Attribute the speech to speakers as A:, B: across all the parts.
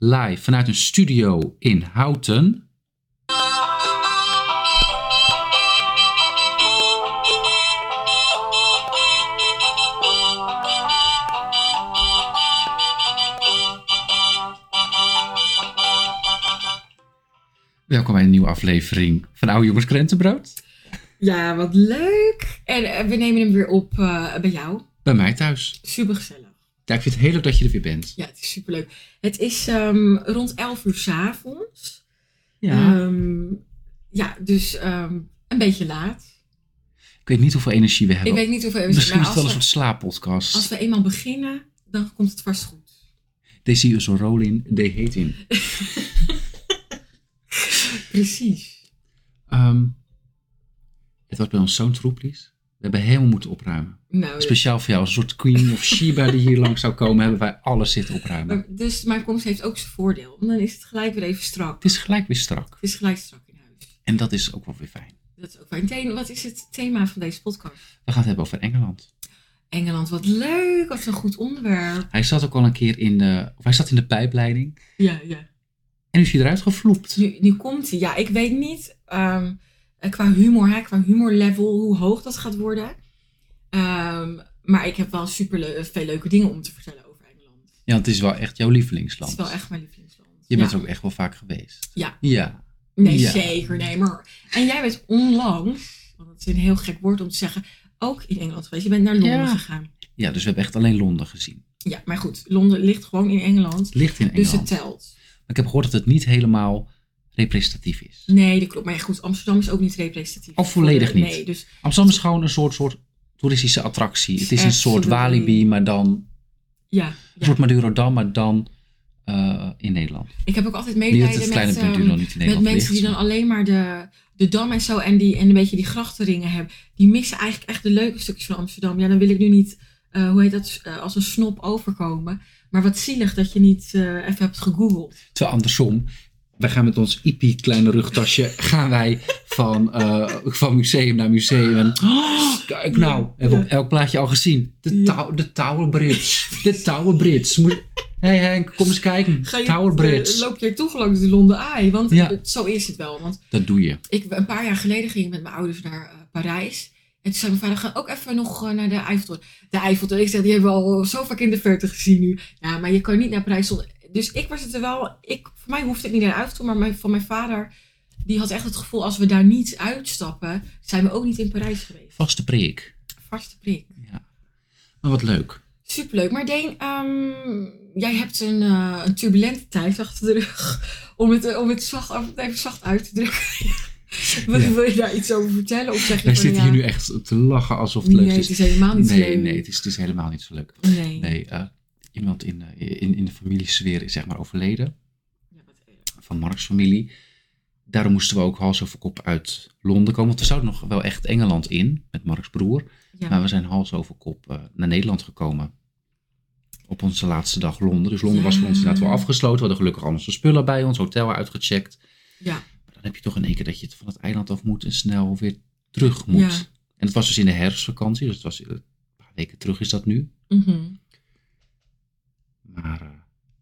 A: live vanuit een studio in Houten. Welkom bij een nieuwe aflevering van Oude Jongens Krentenbrood.
B: Ja, wat leuk. En eh, we nemen hem weer op eh, bij jou.
A: Bij mij thuis.
B: Super gezellig.
A: Ja, ik vind het heel leuk dat je er weer bent.
B: Ja, het is super leuk. Het is ehm, rond 11 uur 's avonds. Ehm, ja, dus ehm, een beetje laat.
A: Ik weet niet hoeveel energie we hebben.
B: Ik weet niet hoeveel we
A: Misschien
B: maar
A: is het wel een
B: als,
A: soort
B: we,
A: slaappodcast.
B: als we eenmaal beginnen, dan komt het vast goed.
A: Deze hier is een rol in, de heet in.
B: Precies.
A: Ehm, het was bij ons zo'n troeplies. We hebben helemaal moeten opruimen.
B: Nou,
A: Speciaal voor jou, als een soort Queen of Sheba die hier langs zou komen, hebben wij alles zitten opruimen.
B: maar- dus mijn komst heeft ook zijn voordeel. Want dan is het gelijk weer even strak.
A: Het is gelijk weer strak.
B: Het is gelijk strak in huis.
A: En dat is ook wel weer fijn.
B: Dat is ook fijn. Teen, Wat is het thema van deze podcast?
A: We gaan het hebben over Engeland.
B: Engeland, wat leuk. Wat een goed onderwerp.
A: Hij zat ook al een keer in de, of hij zat in de pijpleiding.
B: Ja, ja.
A: En nu is hij eruit gevloept.
B: Nu, nu komt hij. Ja, ik weet niet ehm, eh, qua humor, hè, qua humorlevel, hoe hoog dat gaat worden. Ehm, maar ik heb wel super veel leuke dingen om te vertellen over Engeland.
A: Ja, want het is wel echt jouw
B: Het
A: lievelingsland.
B: is wel echt mijn lievelingsland.
A: Je
B: Ja.
A: bent er ook echt wel vaak geweest.
B: Ja.
A: Ja.
B: Nee,
A: ja.
B: zeker. Nee, maar... En jij bent onlangs, want het is een heel gek woord om te zeggen, ook in Engeland geweest. Je bent naar Londen
A: Ja.
B: gegaan.
A: Ja, dus we hebben echt alleen Londen gezien.
B: Ja, maar goed. Londen ligt gewoon in Engeland.
A: Het ligt in
B: Dus het
A: Engeland.
B: telt.
A: maar ik heb gehoord dat het niet helemaal representatief is.
B: Nee, dat klopt. Maar goed, Amsterdam is ook niet representatief.
A: Of volledig niet.
B: Nee, dus
A: Amsterdam is gewoon een soort, soort toeristische attractie. Het is een soort
B: Absolutely.
A: Walibi, maar dan een
B: ja. ja.
A: soort Madurodam, maar dan eh, in Nederland.
B: Ik heb ook altijd
A: Niet dat
B: medelijden
A: het
B: met...
A: kleine
B: ehm,
A: Maduro niet in
B: Met
A: Nederland
B: mensen die
A: ligt.
B: dan alleen maar de, de dam en zo en, die, en een beetje die grachtenringen hebben. Die missen eigenlijk echt de leuke stukjes van Amsterdam. Ja, dan wil ik nu niet, eh, hoe heet dat, eh, als een snop overkomen. Maar wat zielig dat je niet eh, even hebt gegoogeld.
A: Terwijl andersom, wij gaan met ons IP kleine rugtasje, gaan wij van, eh, van museum naar museum. En, oh, kijk nou, hebben we op elk plaatje al gezien. De,
B: Ja.
A: tow- de Tower Bridge. De Tower Bridge. Moet- hey Henk, kom eens kijken.
B: Ga je,
A: Tower
B: eh,
A: Bridge.
B: loop je toch langs de Londen Eye? Want
A: Ja.
B: eh, zo is het wel. Want
A: Dat doe je.
B: ik, een paar jaar geleden ging ik met mijn ouders naar eh, Parijs. En toen zei mijn vader, ga ook even nog eh, naar de Eiffeltoren. De Eiffeltoren, ik zei, die hebben we al zo vaak in de verte gezien nu. Ja, maar je kan niet naar Parijs zonder... Dus ik was het er wel... Ik, voor mij hoefde ik niet naar de Eiffeltoren, maar mijn, van mijn vader... Die had echt het gevoel, als we daar niet uitstappen... zijn we ook niet in Parijs geweest.
A: Vaste preek.
B: Vaste prik.
A: Maar wat leuk.
B: Superleuk. Maar Deen, ehm, jij hebt een, eh, een turbulente tijd achter de rug. Om het, eh, om het zacht, af- even zacht uit te drukken. Wat,
A: Ja.
B: Wil je daar iets over vertellen? Of zeg je
A: Wij
B: van,
A: zitten
B: ja,
A: hier nu echt te lachen alsof het leuk
B: nee,
A: is.
B: het is helemaal Oh, niet
A: nee,
B: leuk.
A: nee, het is, het is helemaal niet zo leuk.
B: nee.
A: Nee, eh, iemand in, eh, in, in de familiesfeer is zeg maar overleden,
B: Ja, wat erg.
A: van Mark's familie. Daarom moesten we ook hals over kop uit Londen komen. Want we zouden nog wel echt Engeland in, met Mark's broer.
B: Ja.
A: Maar we zijn hals over kop eh, naar Nederland gekomen. Op onze laatste dag Londen. Dus Londen was voor ons
B: Ja.
A: inderdaad wel afgesloten. We hadden gelukkig al onze spullen bij ons, hotel uitgecheckt.
B: ja,
A: Maar dan heb je toch in één keer dat je het van het eiland af moet en snel weer terug moet.
B: Ja.
A: En het was dus in de herfstvakantie, dus het was eh, een paar weken terug is dat nu.
B: mhm.
A: Maar, eh,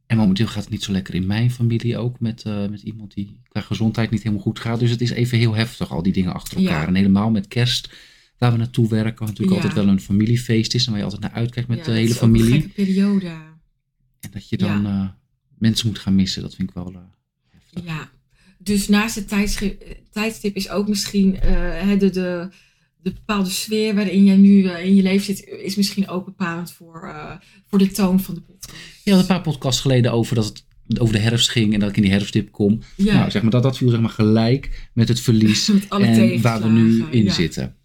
A: en momenteel gaat het niet zo lekker in mijn familie ook met, eh, met iemand die qua gezondheid niet helemaal goed gaat. Dus het is even heel heftig, al die dingen achter
B: Ja.
A: elkaar. En helemaal met kerst, waar we naartoe werken, wat natuurlijk
B: Ja.
A: altijd wel een familiefeest is en waar je altijd naar uitkijkt met
B: Ja,
A: de
B: dat
A: hele
B: is ook een
A: familie.
B: gekke periode.
A: En dat je dan eh, mensen moet gaan missen, dat vind ik wel eh, heftig.
B: Ja. Dus naast het tijdschri- eh, tijdstip is ook misschien eh, hè, de, de, de bepaalde sfeer waarin jij nu eh, in je leven zit, is misschien ook bepalend voor, eh, voor de toon van de podcast.
A: Je had een paar podcasts geleden over dat het over de herfst ging en dat ik in die herfstdip kom.
B: Ja,
A: Nou, zeg maar dat, dat viel zeg maar gelijk met het verlies
B: met alle
A: en waar we nu
B: tegenslagen.
A: in
B: ja.
A: zitten.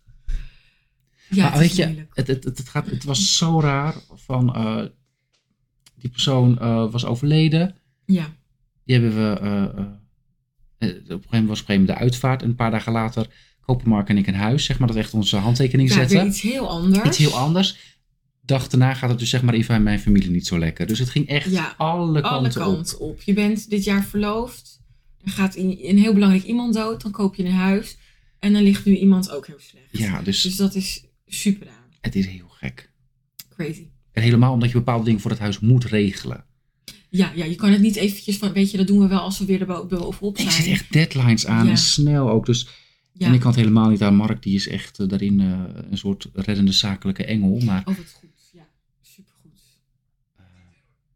B: Ja,
A: maar
B: het is
A: weet je,
B: moeilijk.
A: het, het, het, het gaat, het was zo raar van eh, die persoon eh, was overleden.
B: Ja,
A: Die hebben we eh, eh, eh, op een gegeven moment was op een gegeven moment de uitvaart. En een paar dagen later kopen Mark en ik een huis. Zeg maar dat we echt onze handtekening
B: ja weer
A: zetten.
B: iets heel anders.
A: Iets heel anders. Dag daarna gaat het dus zeg maar in mijn familie niet zo lekker. Dus het ging echt
B: Ja,
A: alle kanten
B: alle
A: op.
B: kanten op. Je bent dit jaar verloofd. Er gaat een, een heel belangrijk iemand dood. Dan koop je een huis. En dan ligt nu iemand ook heel slecht.
A: Ja, dus
B: Dus dat is super aan.
A: het is heel gek.
B: Crazy.
A: En helemaal omdat je bepaalde dingen voor het huis moet regelen.
B: Ja, ja, je kan het niet eventjes van, weet je, dat doen we wel als we weer erbo- bovenop
A: Ik
B: zijn.
A: zit echt deadlines aan
B: Ja.
A: en snel ook. Dus,
B: ja.
A: En ik kan het helemaal niet aan. Mark die is echt eh, daarin eh, een soort reddende zakelijke engel. Maar
B: Oh, wat goed. Ja, supergoed.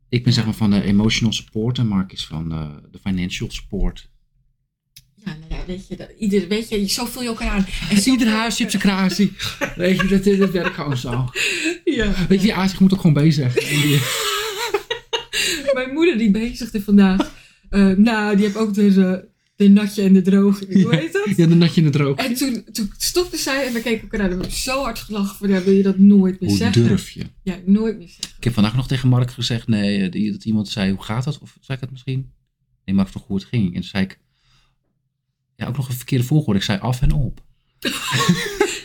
A: ik ben
B: Ja.
A: zeg maar van de emotional support en Mark is van eh, de financial support.
B: Ja, nou ja, weet je, dat, ieder, weet je, zo vul je elkaar aan. En zo-
A: Ieder huis heeft zijn kratie. Weet je, dat, eh, dat werkt gewoon zo.
B: Ja.
A: Weet je, die Azië moet ook gewoon bezig. En die-
B: Mijn moeder die bezigde vandaag. eh, nou, die heeft ook dus eh, de natje en de droge. Hoe
A: Ja.
B: heet dat?
A: Ja, dan had je het er ook.
B: En toen, toen stopte zij en we keken elkaar aan. En we hebben zo hard gelachen van, ja, wil je dat nooit meer
A: Hoe
B: zeggen?
A: durf je?
B: Ja, nooit meer zeggen.
A: Ik heb vandaag nog tegen Mark gezegd, nee, eh, die- dat iemand zei, hoe gaat dat? Of zei ik het misschien? Nee, Mark vroeg hoe het ging. En toen zei ik, ja, ook nog een verkeerde volgorde. Ik zei af en op.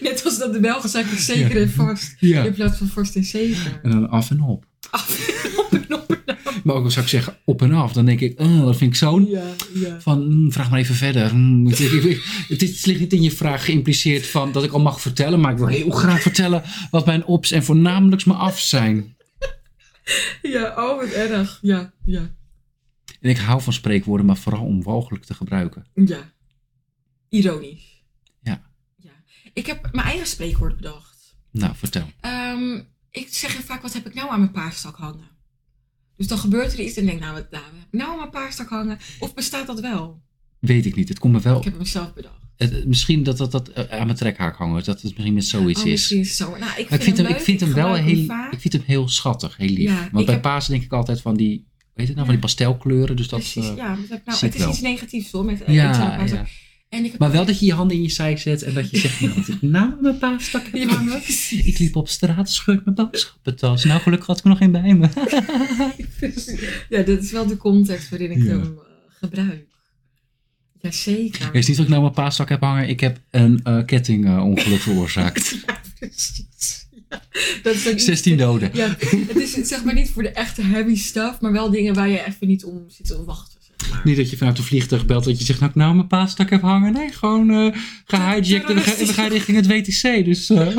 B: Net als dat de Belgen zijn met zeker en vast. In plaats van vast en zeker.
A: En dan af en op.
B: Af en op en op en af.
A: Maar ook al zou ik zeggen op en af, dan denk ik, oh, dat vind ik zo'n...
B: Ja, ja.
A: Van, mm, vraag maar even verder. Mm, ik- ik- ik- het, is, het ligt niet in je vraag geïmpliceerd van dat ik al mag vertellen, maar ik wil heel graag vertellen wat mijn ops en voornamelijks me af zijn.
B: Ja, oh, wat erg. Ja, ja,
A: En ik hou van spreekwoorden, maar vooral om walgelijk te gebruiken.
B: ja. Ironisch.
A: Ja.
B: ja. Ik heb mijn eigen spreekwoord bedacht.
A: Nou, vertel.
B: Ehm, ik zeg heel vaak, wat heb ik nou aan mijn paarstak hangen? Dus dan gebeurt er iets en ik denk, nou, wat nou, wat heb ik nou aan mijn paarstak hangen? Of bestaat dat wel?
A: Weet ik niet, het komt me
B: Ik
A: wel...
B: heb hem zelf bedacht.
A: het- het- misschien dat dat, dat eh, aan mijn trekhaak hangt, dat het misschien met zoiets
B: oh,
A: is.
B: misschien is het zo. Nou, ik
A: Maar
B: vind,
A: ik vind hem,
B: leuk.
A: ik vind hem wel
B: gebruik hem
A: heel,
B: vaak.
A: ik vind hem heel schattig, heel lief.
B: Ja,
A: Want
B: ik
A: bij
B: heb-
A: Pasen denk ik altijd van die, weet het nou,
B: Ja.
A: van die pastelkleuren. Dus dat,
B: Precies,
A: eh,
B: ja. wat heb ik nou,
A: zie ik
B: het is
A: wel.
B: iets negatiefs hoor, met eh, iets aan
A: ja,
B: mijn paarstak.
A: ja.
B: En ik heb
A: Maar wel dat je je handen in je zij zet en dat je zegt, nou, wat heb ik nou aan mijn paastak heb
B: Ja,
A: hangen?
B: precies.
A: Ik liep op straat, scheurt mijn boodschappentas. Nou, gelukkig had ik er nog geen bij me.
B: Ja, dat is wel de context waarin ik
A: Ja.
B: hem eh, gebruik. Jazeker.
A: Het is niet dat ik nou mijn paastak heb hangen. Ik heb een eh, kettingongeluk veroorzaakt.
B: Ja, precies. Ja, dat is ook niet-
A: 16 doden.
B: Ja, het is zeg maar niet voor de echte heavy stuff, maar wel dingen waar je even niet om zit te wachten. zeg maar.
A: Niet dat je vanuit een vliegtuig belt dat je zegt, nou, ik nou mijn paastak heb hangen. Nee, gewoon eh gehijacked en we gaan- en we gaan richting het WTC. Dus... eh.
B: Het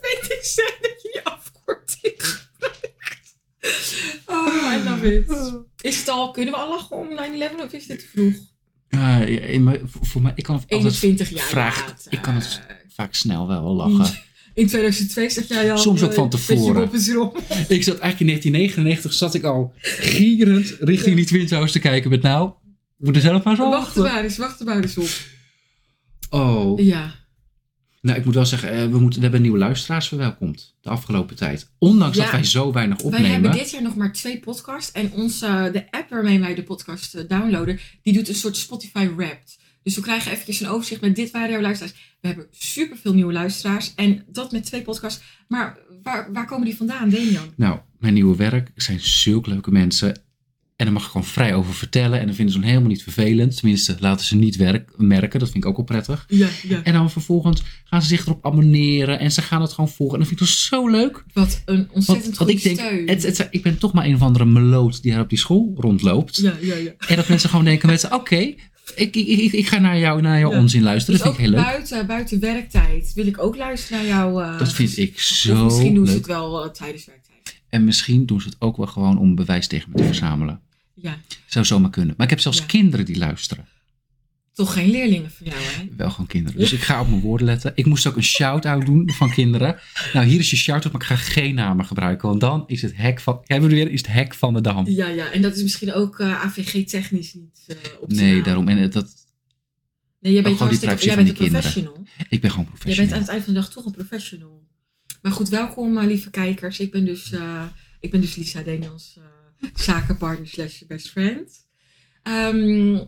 B: weet ik zijn dat je je afkorting gebruikt. Oh, I love it. Is het al, kunnen we al lachen om 9-11 of is dit te vroeg?
A: Eh, in mijn- voor, voor mij, ik kan altijd
B: 21 jaar
A: vraag-
B: later. Eh,
A: ik kan het- vaak snel wel lachen.
B: In 2002 zat jij al...
A: Soms ook van
B: eh, Met
A: tevoren.
B: je mop is rond.
A: ik zat eigenlijk in 1999 zat ik al gierend richting die Twin Towers te kijken met nou, we moeten zelf maar zo
B: Wacht er
A: wachten.
B: maar eens, wacht er maar eens op.
A: Oh,
B: Ja.
A: nou ik moet wel zeggen, eh, we, moeten, we hebben nieuwe luisteraars verwelkomd de afgelopen tijd. Ondanks
B: Ja.
A: dat wij zo weinig
B: Wij hebben
A: opnemen.
B: dit jaar nog maar twee podcasts. En onze, de app waarmee wij de podcast eh, downloaden, die doet een soort Spotify Wrapped. Dus we krijgen eventjes een overzicht met dit waren jouw luisteraars. We hebben superveel nieuwe luisteraars. En dat met twee podcasts. Maar waar, waar komen die vandaan, Damian?
A: Nou, mijn nieuwe werk zijn zulke leuke mensen. En daar mag ik gewoon vrij over vertellen. En dan vinden ze hem helemaal niet vervelend. Tenminste, laten ze niet werk, merken. Dat vind ik ook wel prettig.
B: Ja, ja.
A: En dan vervolgens gaan ze zich erop abonneren en ze gaan het gewoon volgen. En dat vind ik toch zo leuk.
B: Wat een ontzettend
A: Want, want
B: goede
A: ik denk,
B: steun.
A: het, het, ik ben toch maar een of andere meloot die daar op die school rondloopt.
B: ja, ja, ja.
A: En dat mensen gewoon denken, mensen, oké, ik, ik, ik, ik ga naar, jou, naar jouw
B: Ja.
A: onzin luisteren.
B: Dus
A: Dat
B: ook
A: vind ik heel leuk.
B: buiten, buiten werktijd wil ik ook luisteren naar jou. eh,
A: Dat vind ik
B: Of
A: zo
B: misschien doen
A: leuk.
B: ze het wel eh, tijdens werktijd.
A: En misschien doen ze het ook wel gewoon om bewijs tegen me te verzamelen.
B: Ja,
A: Zou zomaar kunnen. Maar ik heb zelfs
B: Ja.
A: kinderen die luisteren.
B: toch geen leerlingen van jou, hè?
A: Wel gewoon kinderen. Dus ik ga op mijn woorden letten. Ik moest ook een shout-out doen van kinderen. Nou, hier is je shout-out, maar ik ga geen namen gebruiken. Want dan is het hek van... Hebben we weer? Is het hek van de dam.
B: Ja, ja, en dat is misschien ook eh, AVG-technisch niet eh optimaal.
A: Nee, daarom. En het- dat,
B: Nee, jij bent,
A: Ook gewoon die
B: hartstikke,
A: tractie
B: jij
A: van
B: bent
A: die
B: een
A: kinderen.
B: professional.
A: ik ben gewoon
B: Jij bent
A: professioneel.
B: aan het eind van de dag toch een professional. Maar goed, welkom eh, lieve kijkers. Ik ben dus, eh, ik ben dus Lisa Daniels, eh, zakenpartner slash best friend. Ehm,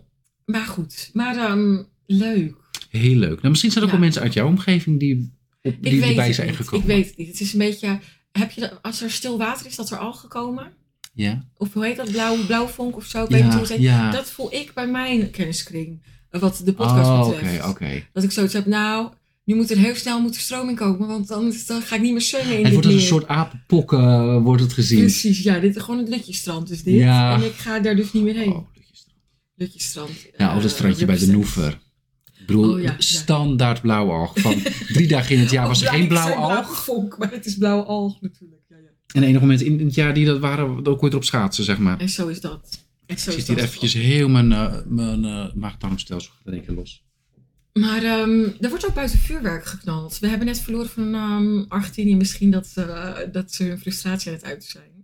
B: maar goed, maar ehm, leuk.
A: Heel leuk. Nou, misschien zijn er ook
B: Ja.
A: wel mensen uit jouw omgeving die, op,
B: Ik
A: die, die
B: weet
A: bij
B: het
A: zijn
B: niet.
A: gekomen.
B: Ik weet het niet. Het is een beetje, heb je, dat- als er stil water is, dat er al gekomen?
A: Ja,
B: Of hoe heet dat? Blauw, blauwvonk of zo? Ik weet niet hoe
A: ja,
B: het heet.
A: ja.
B: Dat voel ik bij mijn kenniskring, eh, wat de podcast
A: Oh, oké,
B: betreft.
A: oké.
B: Dat ik zoiets heb, nou, nu moet er heel snel moet er stroom in komen, want anders dan ga ik niet meer zwemmen in
A: Het
B: dit
A: wordt als een
B: meer. Dus-
A: soort apenpok eh, wordt het gezien.
B: Precies, ja, dit is gewoon het Lutjestrand is dit.
A: Ja.
B: En ik ga daar dus niet meer heen.
A: Oh, lutjes.
B: Lutjestrand.
A: nou,
B: eh,
A: of dat strandje bij de
B: represent.
A: Noever. Ik bedoel,
B: Oh, ja, ja.
A: standaard blauwalg. Van drie dagen in het jaar was
B: Oh,
A: er
B: ja,
A: geen
B: ik zei
A: blauwalg.
B: blauwe vonk, maar het is blauwe alg natuurlijk. Ja, ja.
A: En de enige momenten in het jaar die dat waren, dat ook ooit op schaatsen, zeg maar.
B: En zo is dat. En zo
A: Ik
B: is
A: zit hier
B: dat.
A: eventjes heel mijn, eh, mijn eh maag-darmstelsel in één keer los.
B: Maar ehm, er wordt ook buiten vuurwerk geknald. We hebben net verloren van ehm, Argentinië. Misschien dat, eh, dat ze hun frustratie aan het uiten zijn.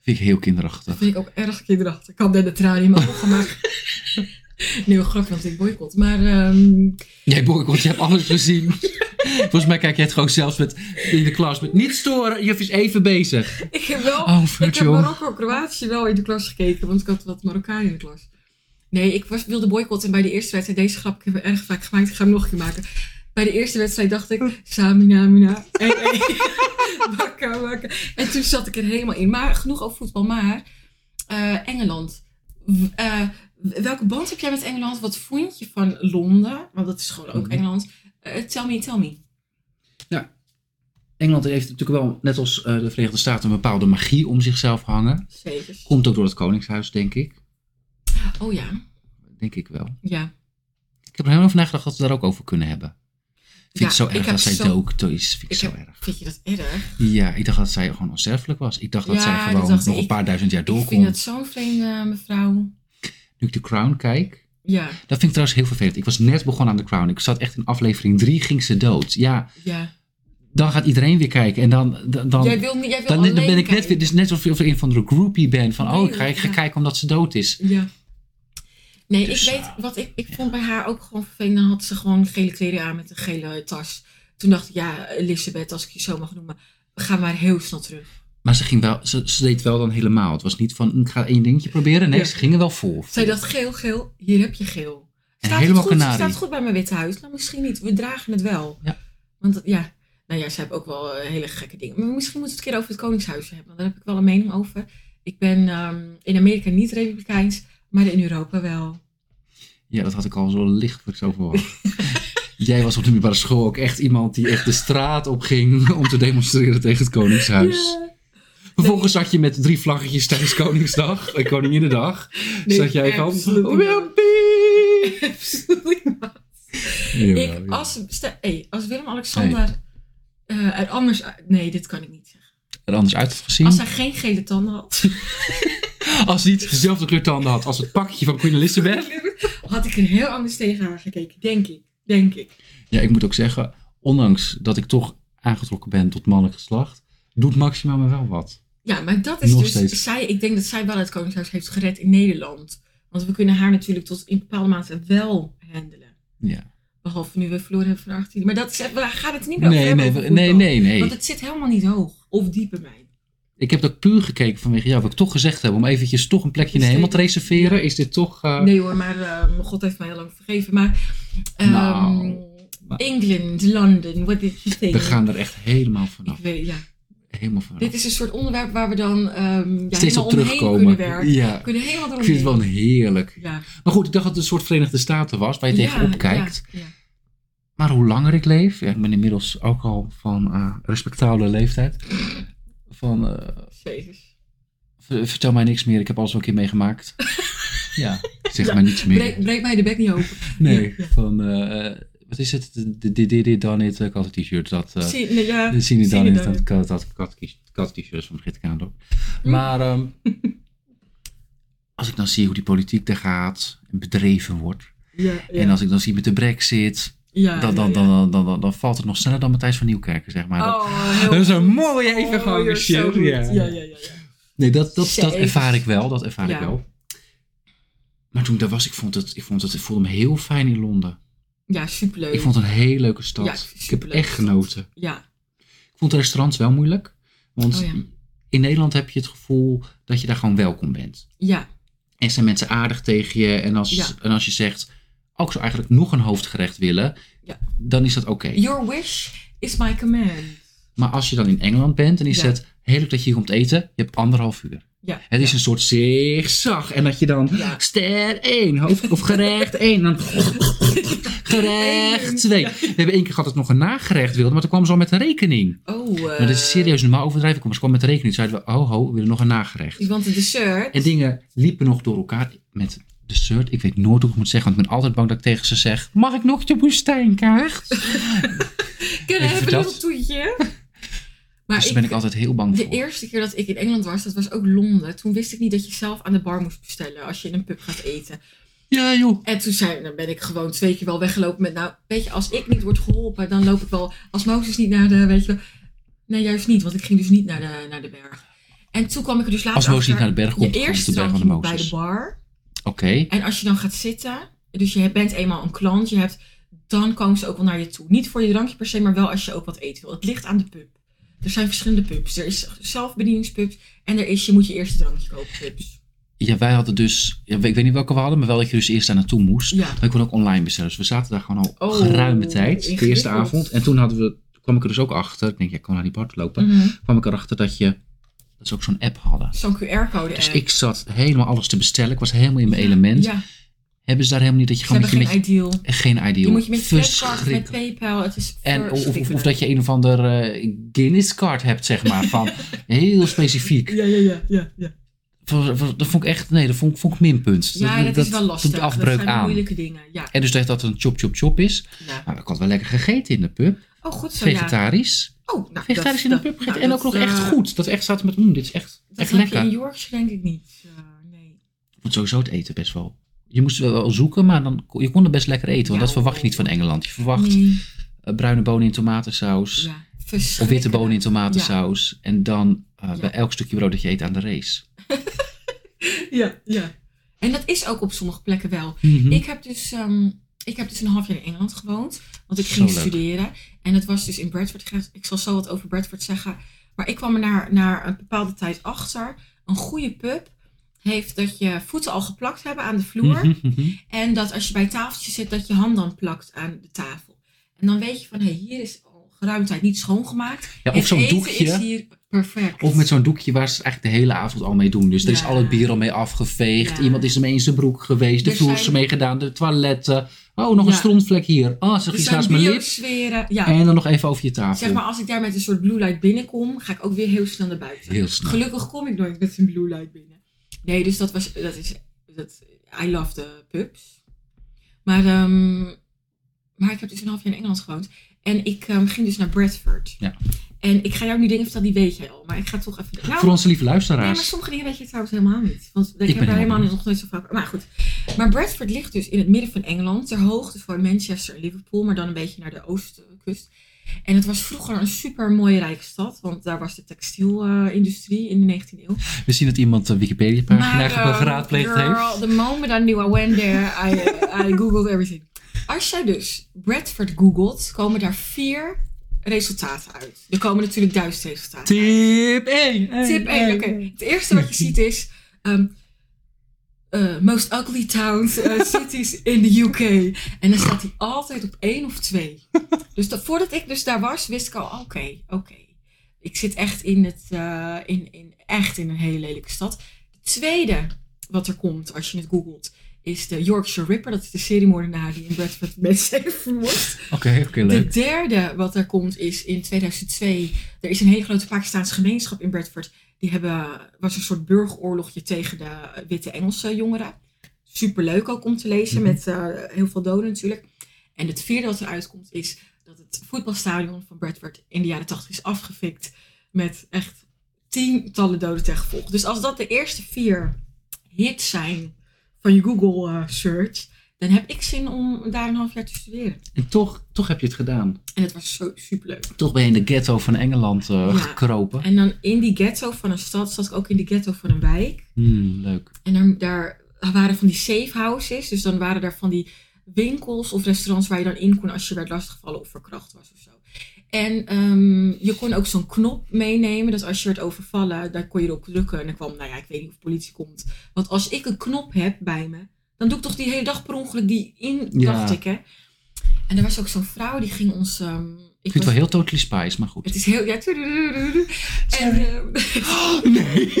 A: Vind ik heel
B: Dat
A: kinderachtig.
B: vind ik ook erg kinderachtig. Ik had net de tranen in mijn ogen, maar... Nee, wel grappig, want ik boycott. Maar ehm,
A: Jij boycott, je hebt alles gezien. Volgens mij kijk jij het gewoon zelfs met, in de klas met niet storen, juf is even bezig.
B: ik heb wel...
A: Oh,
B: ik heb
A: virtual.
B: Marokko-Kroatië wel in de klas gekeken, want ik had wat Marokkaan in de klas. Nee, ik was, wilde boycotten bij de eerste wedstrijd. Deze grap ik heb ik erg vaak gemaakt. Ik ga hem nog een keer maken. Bij de eerste wedstrijd dacht ik, Samina, Mina, hey, hey. Bakka, bakka. En toen zat ik er helemaal in. Maar genoeg over voetbal. Maar eh, Engeland. W- eh, welke band heb jij met Engeland? Wat vond je van Londen? Want dat is gewoon ook
A: Mhm.
B: Engeland. Eh, tell me, tell me.
A: Engeland heeft natuurlijk wel, net als eh, de Verenigde Staten, een bepaalde magie om zichzelf hangen.
B: Zeker.
A: Komt ook door het Koningshuis, denk ik.
B: Oh ja,
A: Denk ik wel.
B: ja.
A: Ik heb er helemaal van nagedacht dat we daar ook over kunnen hebben. Vind
B: Ja,
A: ik zo
B: ik
A: erg
B: heb
A: dat zij
B: zo-
A: dood is. Vind ik,
B: Ik
A: zo
B: heb-
A: erg.
B: Vind je dat erg?
A: Ja, ik dacht dat zij gewoon onsterfelijk was. Ik dacht dat
B: Ja,
A: zij
B: dat
A: gewoon
B: dacht
A: nog
B: ik.
A: een paar duizend jaar
B: Ik vind
A: doorkomt.
B: dat zo'n vreemde eh, mevrouw.
A: Nu ik de Crown kijk,
B: Ja,
A: dat vind ik trouwens heel vervelend. Ik was net begonnen aan de Crown. Ik zat echt in aflevering 3, ging ze dood. Ja,
B: ja.
A: dan gaat iedereen weer kijken. En dan, dan, dan,
B: jij wil niet, jij wil
A: dan,
B: alleen
A: dan ben ik net
B: kijken.
A: weer, dus net alsof je of een van de groupie bent. Van,
B: Nee,
A: oh, ik ga, ik ga
B: ja.
A: kijken omdat ze dood is.
B: Ja. Nee,
A: Dus,
B: ik weet wat ik, ik vond bij haar ook gewoon vervelend. Dan had ze gewoon gele kleding aan met een gele tas. Toen dacht ik, ja, Elisabeth, als ik je zo mag noemen, ga maar heel snel terug.
A: Maar ze, ging wel, ze, ze deed wel dan helemaal. Het was niet van, ik ga één dingetje proberen. Nee,
B: Ja.
A: ze gingen wel voor.
B: Zij dacht, geel, geel, hier heb je geel.
A: En
B: het
A: helemaal
B: goed,
A: kanarie.
B: Staat het goed bij mijn witte huis? Nou, misschien niet. We dragen het wel.
A: Ja.
B: Want dat- ja, nou ja, ze hebben ook wel eh, hele gekke dingen. Maar misschien moeten we het een keer over het Koningshuis hebben. Want daar heb ik wel een mening over. Ik ben ehm, in Amerika niet republikeins, maar in Europa wel.
A: Ja, dat had ik al zo lichtelijk zo verwacht. Jij was op de middelbare school ook echt iemand die echt de straat op ging om te demonstreren tegen het Koningshuis.
B: Ja.
A: Vervolgens zat je met drie vlaggetjes tijdens Koningsdag, eh, Koninginnedag.
B: Nee,
A: zat jij van,
B: absoluut niet.
A: Wimpy!
B: Absoluut niet.
A: Jawel,
B: Ik,
A: ja.
B: als, stel- hey, als Willem-Alexander eh, er anders... uit- Nee, dit kan ik niet zeggen.
A: Er anders uit had gezien.
B: Als
A: Als,
B: hij geen gele tanden had,
A: hij niet dezelfde kleur tanden had als het pakje van Queen Elizabeth.
B: had ik er heel anders tegen haar gekeken. Denk ik. Denk ik.
A: Ja, ik moet ook zeggen, ondanks dat ik toch aangetrokken ben tot mannelijk geslacht, doet Maxima me wel wat.
B: Ja, maar dat is
A: Nog
B: dus.
A: steeds.
B: Zij, ik denk dat zij wel het Koningshuis heeft gered in Nederland. Want we kunnen haar natuurlijk tot in bepaalde mate wel handelen.
A: Ja.
B: Behalve nu we verloren hebben van 18. Maar dat is, we gaan het niet meer over
A: Nee,
B: hebben
A: nee,
B: over
A: we- nee,
B: voetbal.
A: nee, nee.
B: Want het zit helemaal niet hoog of diep bij mij.
A: Ik heb dat puur gekeken vanwege jou, wat ik toch gezegd heb, om eventjes toch een plekje in de
B: Is dit-
A: hemel te reserveren. Is dit toch... eh,
B: Nee hoor, maar eh, mijn God heeft mij heel lang vergeven. Maar. ehm,
A: Nou, maar-
B: England, London, what did you think?
A: We gaan er echt helemaal
B: Ik
A: vanaf.
B: weet, ja.
A: Helemaal vanaf.
B: Dit is een soort onderwerp waar we dan ehm ja,
A: Steeds
B: helemaal
A: op
B: omheen
A: terugkomen.
B: kunnen werken.
A: Ja,
B: We kunnen helemaal
A: ik
B: eromheen.
A: vind het wel een heerlijk.
B: Ja.
A: Maar goed, ik dacht dat het een soort Verenigde Staten was, waar je
B: Ja,
A: tegenop kijkt.
B: ja, ja.
A: Maar hoe langer ik leef, ja, ik ben inmiddels ook al van eh, respectabele leeftijd. Van, eh,
B: Jezus.
A: ver- vertel mij niks meer, ik heb alles wel een keer meegemaakt. ja, zeg
B: Ja,
A: maar niets meer.
B: Breek, breek mij de bek niet open.
A: nee,
B: ja.
A: van, eh, wat is het? Dit, dit, dit, dan, dit, ik had een t-shirt, dat... eh,
B: Zie, nee, ja.
A: Dat zien we dan
B: Zien
A: in
B: we dan. Hm.
A: het kat- kat- kat- kat- t-shirts van Britt Kaandorp. Maar ehm, als ik dan zie hoe die politiek daar gaat en bedreven wordt.
B: ja, ja,
A: En als ik dan zie met de brexit,
B: ja,
A: dan, dan,
B: ja,
A: dan,
B: ja.
A: dan, dan, dan, dan valt het nog sneller dan Matthijs van Nieuwkerken, zeg maar. Dat-
B: Oh, heel
A: dat is een
B: goed.
A: mooie evengang,
B: you're
A: Michelle.
B: so good.
A: Ja.
B: Ja, ja, ja. ja.
A: Nee, dat, dat, dat
B: Jezus.
A: ervaar ik wel, dat ervaar ik
B: Ja.
A: wel. Maar toen ik daar was, ik vond het, ik vond het, ik voelde me heel fijn in Londen.
B: Ja, superleuk.
A: Ik vond het een hele leuke stad.
B: Ja, ik vind het
A: ik heb
B: superleuk.
A: echt genoten.
B: Ja,
A: Ik vond de restaurants wel moeilijk. Want
B: Oh ja.
A: in Nederland heb je het gevoel dat je daar gewoon welkom bent.
B: ja,
A: En zijn mensen aardig tegen je. En als,
B: Ja.
A: en als je zegt, oh, ik zou eigenlijk nog een hoofdgerecht willen.
B: Ja.
A: Dan is dat oké.
B: your wish is my command.
A: Maar als je dan in Engeland bent en is
B: Ja.
A: het heel leuk dat je hier komt eten. Je hebt anderhalf uur.
B: Ja.
A: Het is een soort zigzag. En dat je dan
B: Ja.
A: ster 1, hoofd, of gerecht 1. Dan
B: Eén.
A: gerecht 2.
B: Ja.
A: We hebben één keer gehad dat we nog een nagerecht wilden. Maar toen kwam ze al met een rekening.
B: Oh, eh,
A: Maar dat is serieus normaal overdrijven. Kom, ze kwam met de rekening. Toen zeiden we, oh ho, we willen nog een nagerecht.
B: Want het dessert.
A: En dingen liepen nog door elkaar met dessert. Ik weet nooit hoe ik moet zeggen, want ik ben altijd bang dat ik tegen ze zeg... Mag ik nog de woestijnkaart?
B: Kunnen we
A: Even
B: even een
A: dat.
B: toetje? Maar
A: dus daar
B: ik-
A: ben ik altijd heel bang
B: De
A: voor.
B: eerste keer dat ik in Engeland was, dat was ook Londen. Toen wist ik niet dat je zelf aan de bar moest bestellen als je in een pub gaat eten.
C: Ja, joh.
B: En toen zei, dan ben ik gewoon twee keer wel weggelopen met, nou, weet je, als ik niet word geholpen, dan loop ik wel, als Mozes niet naar de, weet je wel. Nee, juist niet, want ik ging dus niet naar de, naar de berg. En toen kwam ik er dus later
A: Als Mozes niet
B: achter,
A: naar de berg komt,
B: je
A: komt het
B: eerste
A: de berg van
B: drankje
A: de
B: moet bij de
A: Mozes.
B: bar.
A: Oké,
B: En als je dan gaat zitten, dus je bent eenmaal een klant, je hebt, dan komen ze ook wel naar je toe. Niet voor je drankje per se, maar wel als je ook wat eten wil. Het ligt aan de pub. Er zijn verschillende pubs. Er is zelfbedieningspubs en er is je moet je eerste drankje kopen pubs.
A: ja, wij hadden dus, ja, ik weet niet welke we hadden, maar wel dat je dus eerst daar naartoe moest.
B: Ja.
A: Maar ik kon ook online bestellen, dus we zaten daar gewoon al
B: Oh,
A: geruime tijd, de
B: ingewikkeld.
A: eerste avond. En toen hadden we, kwam ik er dus ook achter, ik denk, ja, ik kan naar die bar lopen,
B: Mhm.
A: kwam ik erachter dat, je, dat ze ook zo'n app hadden.
B: Zo'n QR-code
A: Dus
B: app.
A: ik zat helemaal alles te bestellen, ik was helemaal in mijn element.
B: Ja,
A: Hebben ze daar helemaal niet dat je
B: ze
A: gewoon
B: hebben
A: met je met
B: geen ideal.
A: je- geen ideal.
B: Je moet je met je creditcard,
A: Verschrikkelijk.
B: met PayPal. Het is
A: En of, of, of
B: verschrikkelijk.
A: dat je een of ander eh, Guinness-card hebt, zeg maar. Van, heel specifiek.
B: Ja, ja, ja, ja, ja.
A: Dat dat vond ik echt, nee, dat vond, ik- vond ik minpunt.
B: Ja, dat, is wel lastig.
A: doet de afbreuk
B: dat zijn
A: aan.
B: moeilijke dingen. Ja,
A: En dus dat dat een chop chop chop is.
B: ja.
A: Maar ik had wel lekker gegeten in de pub.
B: Oh, goed zo. Ja.
A: Vegetarisch.
B: Oh, nou,
A: Vegetarisch
B: dat-
A: in de
B: dat-
A: pub gegeten.
B: nou,
A: en
B: dat,
A: ook nog
B: eh,
A: echt goed. Dat echt zaten met, mm, dit is echt,
B: Dat
A: echt
B: heb je
A: lekker.
B: in Yorkshire denk ik niet. Ja, nee.
A: Want sowieso het eten best wel. Je moest wel- wel zoeken, maar dan, kon- je kon er best lekker eten. Want
B: Ja,
A: dat verwacht je niet van Engeland. Je verwacht
B: Nee.
A: eh, bruine bonen in tomatensaus.
B: Ja,
A: Of
B: verschrikkelijk.
A: witte bonen in tomatensaus. En dan eh,
B: Ja.
A: bij elk stukje brood dat je eet aan de race.
B: Ja, ja. En dat is ook op sommige plekken wel.
A: Hm?
B: Ik, heb dus, ehm, ik heb dus een half jaar in Engeland gewoond. Want ik
A: Zo
B: ging
A: leuk.
B: studeren. En dat was dus in Bradford. Ik ga- Ik zal zo wat over Bradford zeggen. Maar ik kwam er naar, naar een bepaalde tijd achter. Een goede pub heeft dat je voeten al geplakt hebben aan de vloer.
A: Mhm.
B: En dat als je bij tafeltjes zit, dat je hand dan plakt aan de tafel. En dan weet je van, hé, hey, hier is al geruime tijd niet schoongemaakt.
A: Ja, of
B: Het
A: zo'n
B: eten is
A: doekje.
B: hier perfect.
A: Of met zo'n doekje waar ze het eigenlijk de hele avond al mee doen. Dus er is
B: Ja.
A: al het bier al mee afgeveegd.
B: Ja.
A: Iemand is ermee in zijn broek geweest. De
B: Er
A: vloer is
B: zijn-
A: ermee gedaan. De toiletten. Oh, nog een
B: Ja.
A: strontvlek hier. Oh, ze
B: Er
A: iets
B: zijn
A: naast mijn lip.
B: biosferen. Ja,
A: En dan nog even over je tafel.
B: zeg maar als ik daar met een soort blue light binnenkom, ga ik ook weer heel snel naar buiten.
A: Heel snel.
B: Gelukkig kom ik nooit met een blue light binnen. Nee, dus dat was, dat is, dat, I love the pubs. Maar, ehm, maar ik heb dus een half jaar in Engeland gewoond. En ik ehm, ging dus naar Bradford.
A: Ja.
B: En ik ga jou nu dingen vertellen, die weet jij al. Maar ik ga toch even... Nou,
A: Voor onze lieve
B: Nee, maar
A: luisteraars.
B: sommige dingen weet je trouwens helemaal niet. Want ik,
A: ben
B: heb daar
A: helemaal
B: helemaal
A: benieuwd.
B: nog nooit zo vaak... Maar goed. Maar Bradford ligt dus in het midden van Engeland. Ter hoogte van Manchester en Liverpool. Maar dan een beetje naar de oostkust. En het was vroeger een super mooie rijke stad. Want daar was de textielindustrie in de 19e eeuw.
A: We zien dat iemand een Wikipedia-pagina
B: Maar, um,
A: geraadpleegd
B: girl,
A: heeft.
B: the moment I knew I went there, I, eh, I googled everything. Als jij dus Bradford googelt, komen daar vier resultaten uit. Er komen natuurlijk duizend resultaten uit.
A: Tip 1.
B: Tip 1, oké. Het eerste wat je ziet is... ehm, eh, most ugly towns, eh, cities in the UK. En dan staat hij altijd op één of twee. Dus dat, voordat ik dus daar was, wist ik al, oké, oké. Ik zit echt in, het, eh, in, in, echt in een hele lelijke stad. Het tweede wat er komt als je het googelt, is de Yorkshire Ripper. Dat is de seriemoordenaar die in Bradford mensen heeft vermoord.
A: Oké, oké,
B: De
A: leuk.
B: derde wat er komt is in 2002. Er is een hele grote Pakistaanse gemeenschap in Bradford. Die hebben, was een soort burgeroorlogje tegen de eh, witte Engelse jongeren. Superleuk ook om te lezen
A: Mhm.
B: met eh, heel veel doden natuurlijk. En het vierde wat eruit komt is dat het voetbalstadion van Bradford in de jaren 80 is afgefikt. Met echt tientallen doden ten gevolge. Dus als dat de eerste vier hits zijn van je Google eh, search. Dan heb ik zin om daar een half jaar te studeren.
A: En toch, toch heb je het gedaan.
B: En het was zo superleuk.
A: Toch ben je in de ghetto van Engeland eh, gekropen.
B: En dan in die ghetto van een stad zat ik ook in de ghetto van een wijk.
A: Hmm, leuk.
B: En daar, daar waren van die safe houses. Dus dan waren daar van die winkels of restaurants waar je dan in kon als je werd lastiggevallen of verkracht was of zo. En ehm, je kon ook zo'n knop meenemen. Dat als je werd overvallen, daar kon je erop drukken. En dan kwam, nou ja, ik weet niet of de politie komt. Want als ik een knop heb bij me, dan doe ik toch die hele dag per ongeluk die in,
A: Ja.
B: dacht ik hè. En er was ook zo'n vrouw die ging ons... ehm,
A: Ik
B: ik
A: vind
B: was-
A: het wel heel Totally Spice, maar goed.
B: Het is heel... Ja, tududududu. en, ehm,
A: Oh, Nee.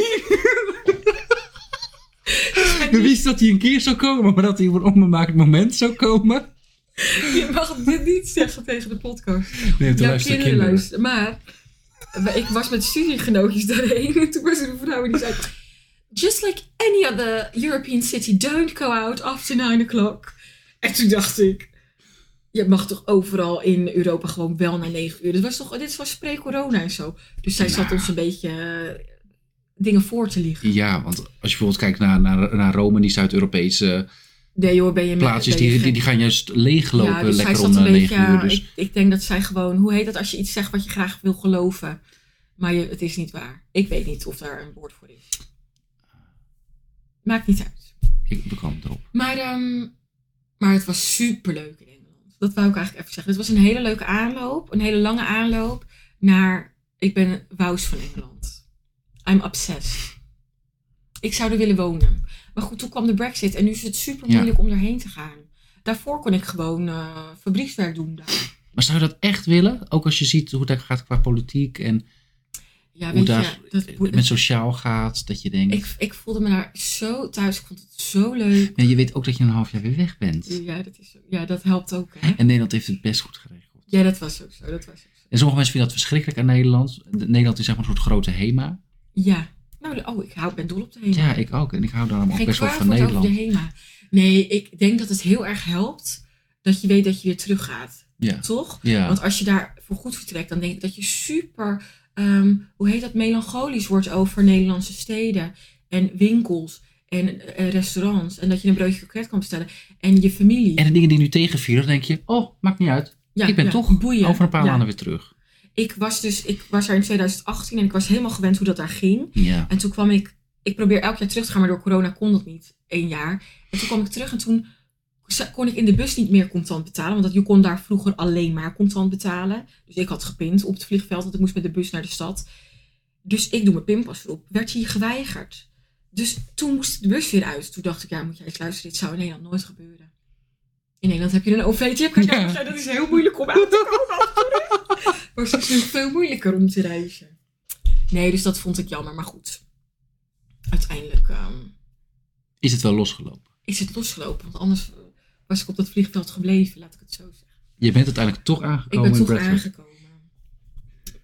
B: eh,
A: We wisten dat hij een keer zou komen, maar dat hij op een onbemaakt moment zou komen.
B: je mag dit niet zeggen tegen de podcast.
A: Nee,
B: Ja, luisteren. Maar we- ik was met studiegenootjes daarheen. En toen was er een vrouw en die zei... Just like any other European city, don't go out after 9 o'clock. En toen dacht ik... je mag toch overal in Europa gewoon wel na negen uur. Dit was toch, dit was pre-corona en zo. Dus zij zat ons een beetje eh, dingen voor te liegen.
A: Nou. Ja, want als je bijvoorbeeld kijkt naar, naar, naar Rome en die Zuid-Europese eh,
B: Nee hoor, ben je
A: plaatsjes,
B: ben je
A: die, die,
B: gek?
A: die gaan juist leeglopen
B: Ja, dus zij
A: lekker
B: zat
A: om
B: een
A: eh,
B: beetje,
A: 9 uur.
B: ja,
A: Dus
B: ik, ik denk dat zij gewoon, hoe heet dat als je iets zegt wat je graag wil geloven, maar je, het is niet waar. Ik weet niet of daar een woord voor is. Maakt niet uit.
A: ik, we kwamen erop.
B: Maar, ehm, maar het was superleuk in Engeland. Dat wou ik eigenlijk even zeggen. Het was een hele leuke aanloop, een hele lange aanloop naar, ik ben Wous van Engeland. I'm obsessed. Ik zou er willen wonen. Maar goed, toen kwam de brexit en nu is het super moeilijk om daarheen te gaan. Daarvoor kon ik gewoon eh, fabriekswerk doen daar.
A: Maar zou je dat echt willen? Ook als je ziet hoe dat gaat qua politiek en
B: Ja,
A: hoe
B: weet
A: daar
B: je, dat,
A: met sociaal gaat. Dat je denkt.
B: ik, ik voelde me daar zo thuis. Ik vond het zo leuk.
A: En je weet ook dat je een half jaar weer weg bent.
B: Ja, dat, is, ja, dat helpt ook, hè?
A: En Nederland heeft het best goed geregeld.
B: Ja, dat was ook zo. Dat was ook zo.
A: En sommige mensen vinden dat verschrikkelijk aan Nederland. De- Nederland is zeg maar een soort grote HEMA.
B: Ja. Nou, oh, ik hou, ben dol op de HEMA.
A: Ja, ik ook. En ik hou daarom ook
B: Geen
A: best wel
B: kwaad
A: van
B: woord over de
A: Nederland.
B: HEMA. Nee, ik denk dat het heel erg helpt dat je weet dat je weer teruggaat.
A: Ja.
B: Toch?
A: Ja.
B: Want als je daar voor goed vertrekt, dan denk ik dat je super, ehm, hoe heet dat, melancholisch wordt over Nederlandse steden en winkels en eh, restaurants. En dat je een broodje kroket kan bestellen. En je familie.
A: En de dingen die nu tegenvielen, dan denk je, oh, maakt niet uit.
B: Ja,
A: ik ben
B: ja,
A: toch
B: boeien.
A: over een paar
B: Ja.
A: maanden weer terug.
B: Ik was dus, ik was daar in 2018 en ik was helemaal gewend hoe dat daar ging.
A: Ja.
B: En toen kwam ik, ik probeer elk jaar terug te gaan, maar door corona kon dat niet. Eén jaar. En toen kwam ik terug en toen ze- kon ik in de bus niet meer contant betalen. Want dat- je kon daar vroeger alleen maar contant betalen. Dus ik had gepind op het vliegveld, want ik moest met de bus naar de stad. Dus ik doe mijn pinpas op. Werd hier geweigerd. Dus toen moest de bus weer uit. Toen dacht ik, ja, moet jij eens luisteren, dit zou in Nederland nooit gebeuren. In Nederland heb je een OV-chipkaart
A: Ja.
B: nodig. en Dat is heel moeilijk om aan te komen. Maar het is natuurlijk veel moeilijker om te reizen. Nee, dus dat vond ik jammer. Maar goed, uiteindelijk ehm,
A: Is het wel losgelopen?
B: is het losgelopen. Want anders was ik op dat vliegveld gebleven, laat ik het zo zeggen.
A: Je bent uiteindelijk toch
B: Ik
A: aangekomen
B: ben
A: in
B: toch
A: Bradford.
B: aangekomen.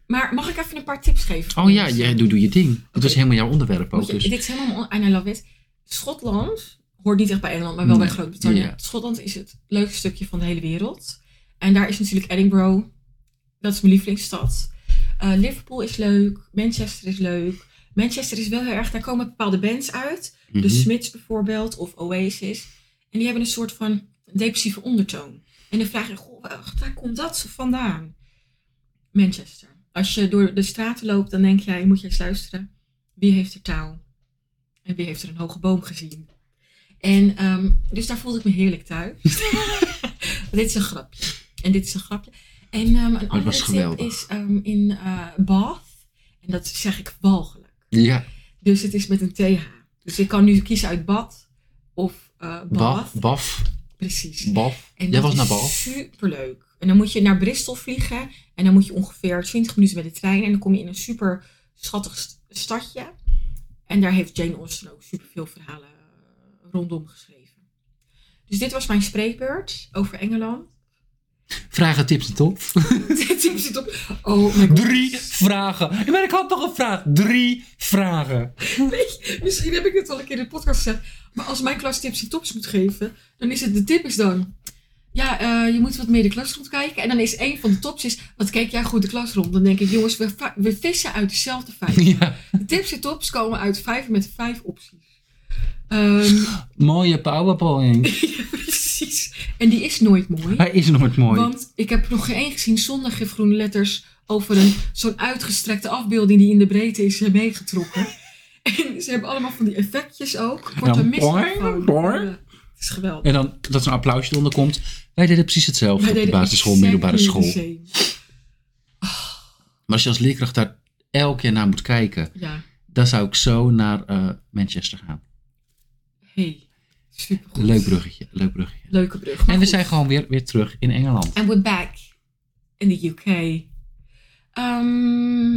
B: Maar mag ik even een paar tips geven? voor
A: Oh ja,
B: mensen?
A: jij doe, doe je ding. Het was
B: Oké.
A: helemaal jouw onderwerp ook.
B: Moet je-
A: Dus.
B: Dit is helemaal on- en I love it. Schotland hoort niet echt bij Engeland, maar wel bij
A: Nee,
B: Groot-Brittannië.
A: ja.
B: Schotland is het leukste stukje van de hele wereld. En daar is natuurlijk Edinburgh. Dat is mijn lievelingsstad. Eh, Liverpool is leuk. Manchester is leuk. Manchester is wel heel erg... Daar komen bepaalde bands uit.
A: Mhm.
B: De Smiths bijvoorbeeld of Oasis. En die hebben een soort van depressieve ondertoon. En dan vraag je, goh, waar waar komt dat zo vandaan? Manchester. Als je door de straten loopt, dan denk jij, moet je eens luisteren. Wie heeft er touw? En wie heeft er een hoge boom gezien? En ehm, dus daar voelde ik me heerlijk thuis. dit is een grapje. En dit is een grapje. En ehm, een andere
A: Oh, was
B: tip
A: geweldig.
B: is ehm, in eh, Bath. En dat zeg ik walgelijk.
A: Ja,
B: Dus het is met een TH. Dus ik kan nu kiezen uit bad of eh bath.
A: baf, baf,
B: Precies.
A: baf.
B: En
A: Jij
B: dat
A: was
B: is
A: naar baf.
B: Superleuk. En dan moet je naar Bristol vliegen. En dan moet je ongeveer 20 minuten met de trein. En dan kom je in een super schattig st- stadje. En daar heeft Jane Austen ook super veel verhalen eh, rondom geschreven. Dus dit was mijn spreekbeurt over Engeland.
A: Vragen, tips en top.
B: Dit zit op. Oh, my god.
D: Drie vragen. Ja, Maar ik had toch een vraag. Drie vragen.
B: Misschien heb ik het al een keer in de podcast gezegd. Maar als mijn klas tips en tops moet geven, dan is het de tip is dan. Ja, eh, je moet wat meer de klas rondkijken. En dan is één van de tops is, wat kijk jij goed de klas rond? Dan denk ik, jongens, we, va- we vissen uit dezelfde vijf.
A: Ja.
B: De tips en tops komen uit vijf met vijf opties. Ehm,
A: Mooie powerpoint.
B: precies. En die is nooit mooi.
A: Hij is nooit mooi.
B: Want ik heb er nog geen één gezien zonder gifgroene letters over een zo'n uitgestrekte afbeelding die in de breedte is eh, meegetrokken. En ze hebben allemaal van die effectjes ook. Ik Word
A: Ja,
B: er misselijk
A: boing,
B: van.
A: boing.
B: Ja, Het is geweldig.
A: En dan dat er een applausje eronder komt. Wij deden precies hetzelfde
B: Wij
A: op de
B: deden
A: basisschool,
B: exactly
A: middelbare
B: the
A: school.
B: same.
A: Maar als je als leerkracht daar elke keer naar moet kijken,
B: Ja,
A: dan zou ik zo naar eh, Manchester gaan.
B: hey. Supergoed.
A: Leuk bruggetje, leuk bruggetje.
B: Leuke brug. maar
A: En we
B: goed.
A: zijn gewoon weer, weer terug in Engeland.
B: And we're back in the UK. Ehm,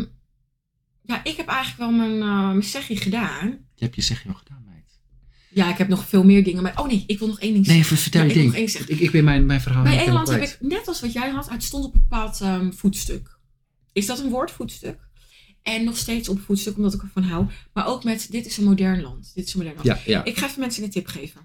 B: ja, ik heb eigenlijk wel mijn, eh mijn zegje gedaan.
A: Je hebt je zegje al gedaan, meid.
B: Ja, ik heb nog veel meer dingen. Maar, oh nee, ik wil nog één ding
A: Nee, ver- vertel
B: Maar
A: je
B: ik wil
A: ding.
B: nog één zeggen.
A: Ik, ik ben mijn, mijn verhaal
B: Bij
A: niet helemaal
B: Engeland heb
A: kwijt.
B: ik, net als wat jij had, het stond op een bepaald ehm, voetstuk. Is dat een woord, voetstuk? En nog steeds op voetstuk, omdat ik ervan hou. Maar ook met, dit is een modern land. Dit is een modern land.
A: Ja, ja.
B: Ik ga even mensen een tip geven.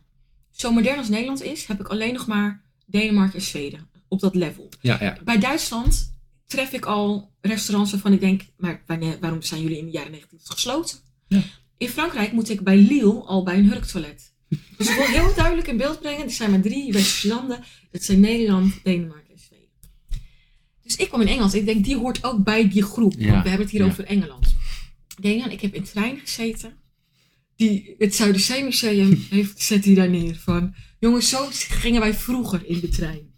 B: Zo modern als Nederland is, heb ik alleen nog maar Denemarken en Zweden op dat level.
A: Ja, ja.
B: Bij Duitsland tref ik al restaurants waarvan ik denk, maar wanneer- waarom zijn jullie in de jaren 90 gesloten?
A: Ja.
B: In Frankrijk moet ik bij Lille al bij een hurktoilet. Dus ik wil heel duidelijk in beeld brengen, er zijn maar drie westerse landen. Dat zijn Nederland, Denemarken en Zweden. Dus ik kwam in Engeland. Ik denk, die hoort ook bij die groep.
A: Ja,
B: Want we hebben het hier
A: ja.
B: over Engeland. Denemarken, ik heb in trein gezeten. Die, het Zuiderzeemuseum heeft, zet die daar neer van... Jongens, zo gingen wij vroeger in de trein.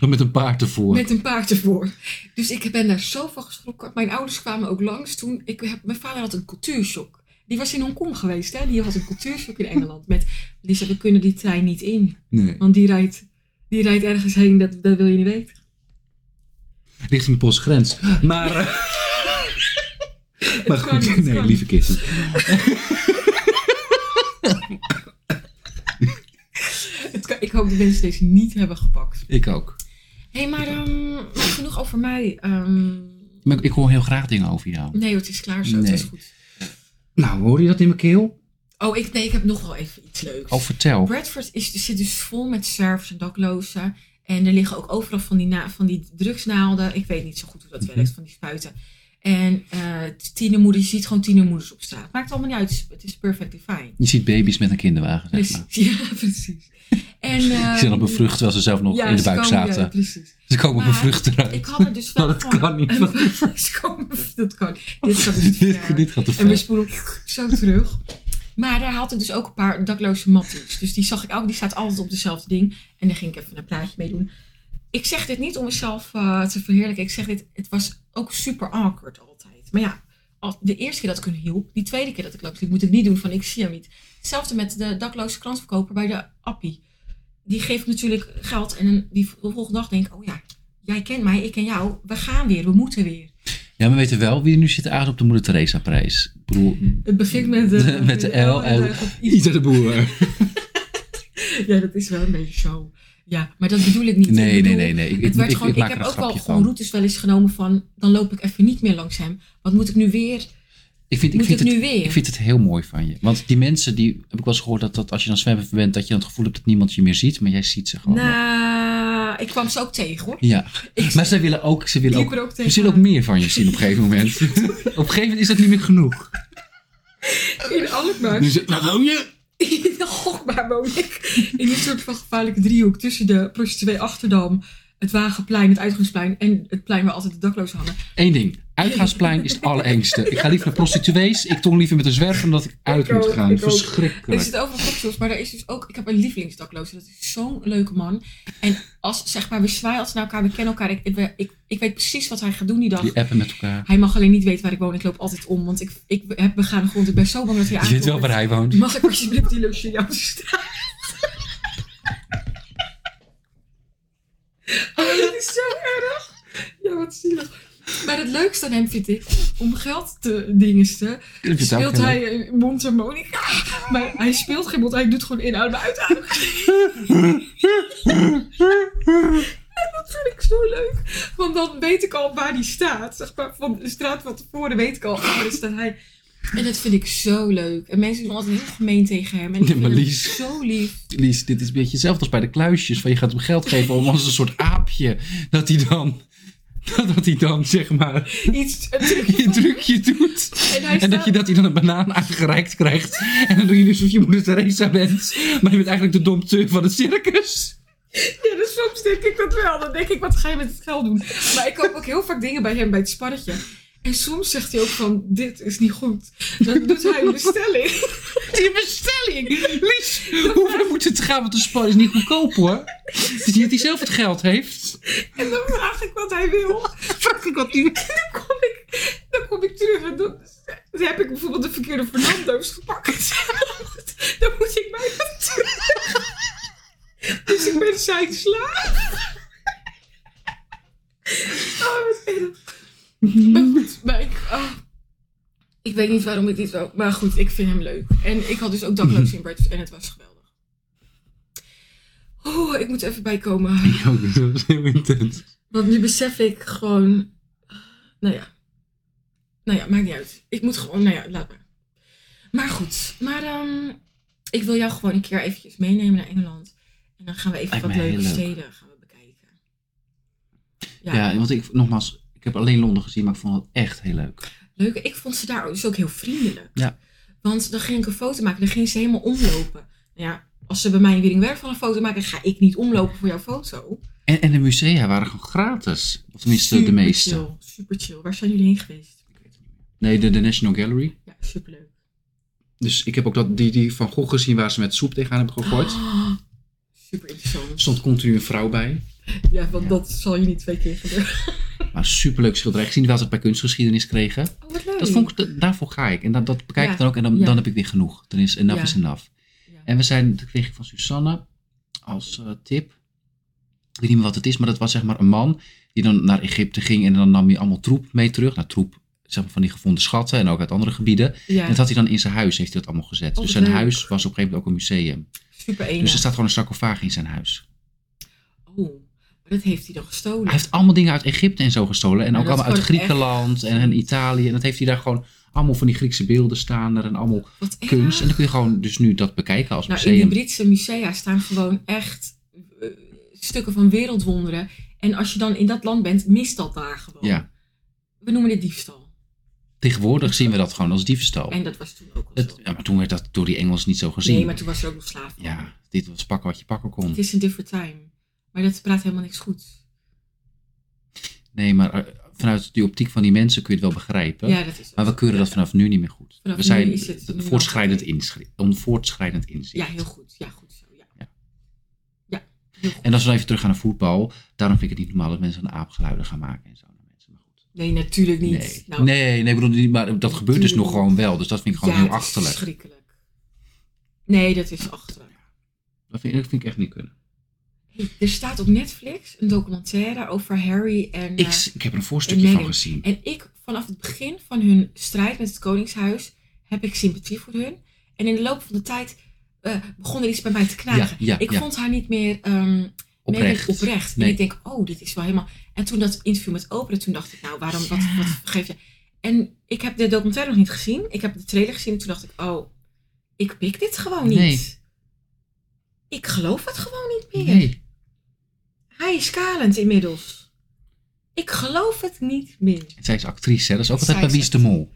A: Met een paard ervoor.
B: Met een paard ervoor. Dus ik ben daar zo van geschrokken. Mijn ouders kwamen ook langs toen. Ik heb, mijn vader had een cultuurshock. Die was in Hongkong geweest, hè? Die had een cultuurshock in Engeland. Met, die zei, we kunnen die trein niet in.
A: Nee.
B: Want die rijdt, die rijdt ergens heen, dat, dat wil je niet weten.
A: Richting postgrens. Maar. eh, maar
B: kan niet,
A: goed,
B: het
A: nee,
B: kan
A: lieve kisten.
B: Het kan- ik hoop dat mensen deze niet hebben gepakt.
A: Ik ook.
B: Hé, hey, maar ehm, maar genoeg over mij. Ehm,
A: Maar ik- ik hoor heel graag dingen over jou.
B: nee, het is klaar zo. Het
A: Nee.
B: is goed.
A: Nou, hoor je dat in mijn keel?
B: Oh, ik, nee, ik heb nog wel even iets leuks.
A: Oh, vertel.
B: Bradford is, zit dus vol met servers en daklozen. En er liggen ook overal van die, na, van die drugsnaalden. Ik weet niet zo goed hoe dat
A: Mhm.
B: werkt, van die spuiten. En eh tienermoeders, je ziet gewoon tienermoeders op straat. Maakt allemaal niet uit, het is perfectly fine.
A: Je ziet baby's met een kinderwagen, zeg
B: Precies,
A: maar.
B: ja, precies. En,
A: Die zijn al bevrucht terwijl ze zelf nog in de
B: ze
A: buik
B: komen- Ja,
A: zaten.
B: precies.
A: Ze komen
B: Maar-
A: bevrucht
B: Ik
A: eruit.
B: had er dus wel
A: dat
B: van-
A: kan niet.
B: Ze komen- dat kan. Dit gaat dus te ver.
A: Dit, dit gaat te
B: En we
A: ver.
B: spoelen zo terug. Maar daar had ik dus ook een paar dakloze matties. Dus die zag ik ook. Die staat altijd op dezelfde ding. En daar ging ik even een praatje mee doen. Ik zeg dit niet om mezelf eh, te verheerlijken. Ik zeg dit, het was ook super awkward altijd. Maar ja, al- de eerste keer dat ik hun hielp. Die tweede keer dat ik langs liep, moet ik niet doen van ik zie hem niet. Hetzelfde met de dakloze krantverkoper bij de Appie. Die geeft natuurlijk geld. En een- die de volgende dag denk ik, oh ja, jij kent mij, ik ken jou. We gaan weer, we moeten weer.
A: Ja, maar we weten wel wie er nu zit aardig op de Moeder Teresa prijs. Ik bedoel,
B: Het begint met de,
A: Met de L
B: en
A: en-
B: de-
A: ieder de boer.
B: Ja, dat is wel een beetje zo. Ja, maar dat bedoel ik niet.
A: Nee,
B: Ik
A: nee,
B: bedoel,
A: nee, nee. Ik,
B: Het
A: ik,
B: werd
A: ik,
B: gewoon,
A: ik
B: ik,
A: maak er
B: heb
A: een
B: ook wel
A: grapje
B: gewoon
A: van.
B: routes wel eens genomen van, dan loop ik even niet meer langs hem. Wat moet ik nu weer?
A: Ik vind, ik
B: moet
A: vind
B: ik
A: het
B: nu weer?
A: Ik vind het heel mooi van je. Want die mensen, die heb ik wel eens gehoord dat, dat als je dan zwemmen bent, dat je dan het gevoel hebt dat niemand je meer ziet. Maar jij ziet ze gewoon. nog.
B: nou, ik kwam ze ook tegen hoor.
A: Ja,
B: Ik
A: maar ze willen ook, ze willen
B: liep
A: ook,
B: er ook
A: ze
B: tegen.
A: zullen ook meer van je zien op een gegeven moment. op een gegeven moment is dat niet meer genoeg.
B: In Alkmaar.
A: Dus, waar woon je?
B: In Alkmaar woon ik. In een soort van gevaarlijke driehoek tussen de prostituee Achterdam, het Wagenplein, het Uitgangsplein en het plein waar altijd de daklozen hangen.
A: Eén ding. Uitgaansplein is het allerengste. Ik ga liever naar prostituees. Ik tong liever met een zwerver dan dat ik uit
B: Ik
A: moet
B: ook,
A: gaan.
B: ik ook. Er
A: Verschrikkelijk.
B: zit over cocktails, maar er is dus ook. Ik heb een lievelingsdakloze. Dat is zo'n leuke man. En als zeg maar, we zwaaien altijd naar elkaar, we kennen elkaar. Ik, ik, ik, ik weet precies wat hij gaat doen die dag.
A: Die appen met elkaar.
B: Hij mag alleen niet weten waar ik woon. Ik loop altijd om, want ik, ik heb begaan grond. Ik ben zo bang dat hij
A: Je weet wel
B: aankomt.
A: waar hij woont.
B: Mag ik alsjeblieft die luxe jou staan? Oh, dat is zo erg. Ja, wat zielig. Maar het leukste aan hem vind ik, om geld te dingesten,
A: Ik vind het ook
B: speelt
A: heel
B: hij een mondharmonica. Maar hij speelt geen mond, hij doet gewoon inademen, uitademen. En dat vind ik zo leuk. Want dan weet ik al waar hij staat. Zeg maar, van de straat van tevoren weet ik al, oh, daar staat hij. En dat vind ik zo leuk. En mensen doen altijd heel gemeen tegen hem. En ik
A: Ja,
B: vind
A: maar
B: hem
A: Lies.
B: zo lief.
A: Lies, dit is een beetje hetzelfde als bij de kluisjes. Van je gaat hem geld geven om als een soort aapje. Dat hij dan, dat hij dan zeg maar
B: Iets, een trucje.
A: je trucje doet.
B: En hij
A: En dat,
B: staat...
A: je, dat hij dan een banaan aangereikt krijgt. En dan doe je dus of je moeder Teresa bent. Maar je bent eigenlijk de dompteur van het circus.
B: Ja, dus soms denk ik dat wel. Dan denk ik, wat ga je met het geld doen? Maar ik koop ook heel vaak dingen bij hem bij het spannetje. En soms zegt hij ook van, dit is niet goed. Dan doet hij een bestelling.
A: Die bestelling. Lies, hoe ver moet het gaan? Want de spar is niet goedkoop hoor. Het is niet dat hij zelf het geld heeft.
B: En dan vraag ik wat hij wil.
A: Vraag ik wat die...
B: Dan kom ik, dan kom ik terug en dan, dan heb ik bijvoorbeeld de verkeerde Fernando's gepakt. dan moet ik mij weer terug. Dus ik ben zijn slaaf. Oh, wat erg. Maar goed, maar ik... oh. Ik weet niet waarom ik dit wou, maar goed, ik vind hem leuk. En ik had dus ook dakloos in Breakfast en het was geweldig. Oh, ik moet even bijkomen.
A: Ja, dat was heel intens.
B: Want nu besef ik gewoon. Nou ja. Nou ja, maakt niet uit. Ik moet gewoon. Nou ja, laat maar. Maar goed. Maar ehm, ik wil jou gewoon een keer eventjes meenemen naar Engeland. En dan gaan we even
A: Lijkt
B: wat
A: me heel
B: leuke
A: leuk.
B: steden gaan we bekijken. Ja.
A: Ja, want ik, nogmaals, ik heb alleen Londen gezien, maar ik vond het echt heel leuk.
B: Leuk. Ik vond ze daar dus ook heel vriendelijk.
A: Ja.
B: Want dan ging ik een foto maken. Dan ging ze helemaal omlopen. Nou Ja, als ze bij mij in Weddingwerf van een foto maken, ga ik niet omlopen voor jouw foto.
A: En, en de musea waren gewoon gratis. Of tenminste, de
B: Super
A: meeste.
B: Chill, super chill. Waar zijn jullie heen geweest?
A: Nee, de, de National Gallery.
B: Ja, superleuk.
C: Dus ik heb ook dat, die, die van Gogh gezien waar ze met soep tegenaan hebben gegooid.
B: Ah, super interessant.
C: Er stond continu een vrouw bij.
B: Ja, want
A: Ja.
B: dat zal je niet twee keer gebeuren.
A: Maar superleuk schilderij. Ik zie wel dat we bij kunstgeschiedenis kregen.
B: Oh, wat leuk.
A: Dat vond ik, dat- daarvoor ga ik. En dat, dat bekijk
B: Ja.
A: ik dan ook. En dan,
B: Ja.
A: dan heb ik weer genoeg. Dan is enough
B: Ja.
A: is enough.
B: Ja.
A: En we zijn, dat kreeg ik van Susanne als eh, tip. Ik weet niet meer wat het is, maar dat was zeg maar een man die dan naar Egypte ging en dan nam hij allemaal troep mee terug. Nou, troep zeg maar, van die gevonden schatten en ook uit andere gebieden.
B: Ja,
A: En dat had hij dan in zijn huis, heeft hij dat allemaal gezet.
B: Oh,
A: dus
B: wat
A: zijn
B: leuk.
A: huis was op een gegeven moment ook een museum.
B: super enig.
A: Dus er staat gewoon een sarcofaag in zijn huis.
B: Oh, maar dat heeft hij dan gestolen.
A: Hij heeft allemaal dingen uit Egypte en zo gestolen. En
B: Maar
A: ook
B: dat
A: allemaal uit
B: is gewoon
A: Griekenland en, en Italië. En dat heeft hij daar gewoon allemaal van die Griekse beelden staan er en allemaal
B: Wat erg.
A: kunst. En dan kun je gewoon dus nu dat bekijken als
B: Nou, in die
A: museum.
B: Britse musea staan gewoon echt eh, stukken van wereldwonderen. En als je dan in dat land bent, mist dat daar gewoon.
A: Ja.
B: We noemen dit diefstal.
A: Tegenwoordig zien we dat gewoon als diefstal.
B: En dat was toen ook al
A: Het,
B: zo.
A: ja, maar toen werd dat door die Engels niet zo gezien.
B: Nee, maar toen was er ook nog slaaf.
A: Ja, dit was pakken wat je pakken kon.
B: Het is een different time. Maar dat praat helemaal niks goed.
A: Nee, maar eh, vanuit die optiek van die mensen kun je het wel begrijpen.
B: Ja, dat is het.
A: Maar we keuren dat vanaf nu niet meer goed.
B: Vanaf
A: we
B: nu
A: zijn
B: is het
A: een
B: nu
A: voortschrijdend,
B: wel-
A: inschri- een voortschrijdend inzicht.
B: Ja, heel goed. Ja, goed zo. Ja.
A: Ja.
B: Ja, heel goed.
A: En als we dan even terug gaan naar voetbal. Daarom vind ik het niet normaal dat mensen een aapgeluiden gaan maken en zo. naar mensen. Maar goed.
B: Nee, natuurlijk niet.
A: Nee.
B: Nou,
A: nee, nee, ik bedoel, niet, maar dat gebeurt dus nog
B: Natuurlijk.
A: gewoon wel. Dus dat vind ik gewoon
B: ja,
A: heel
B: dat is
A: achterlijk.
B: verschrikkelijk. Nee, dat is achterlijk.
A: Dat vind, ik- dat vind ik echt niet kunnen.
B: Hey, Er staat op Netflix een documentaire over Harry en. eh,
A: Ik, ik heb er een voorstukje
B: en
A: van
B: Meghan.
A: gezien.
B: en ik, vanaf het begin van hun strijd met het Koningshuis, heb ik sympathie voor hun. En in de loop van de tijd eh, begon er iets bij mij te knagen.
A: Ja, ja,
B: ik
A: ja.
B: vond haar niet meer ehm,
A: Oprecht.
B: Meghan oprecht.
A: Nee.
B: En ik denk, oh, dit is wel helemaal. En toen dat interview met Oprah, toen dacht ik, nou, waarom, wat, wat geef je. En ik heb de documentaire nog niet gezien. Ik heb de trailer gezien en toen dacht ik, oh, ik pik dit gewoon niet.
A: Nee.
B: Ik geloof het gewoon niet meer.
A: Nee.
B: Hij is kalend inmiddels. Ik geloof het niet meer.
A: Zij is actrice, hè? Dat is ook altijd
B: Zij
A: bij
B: is
A: Wie is de Mol.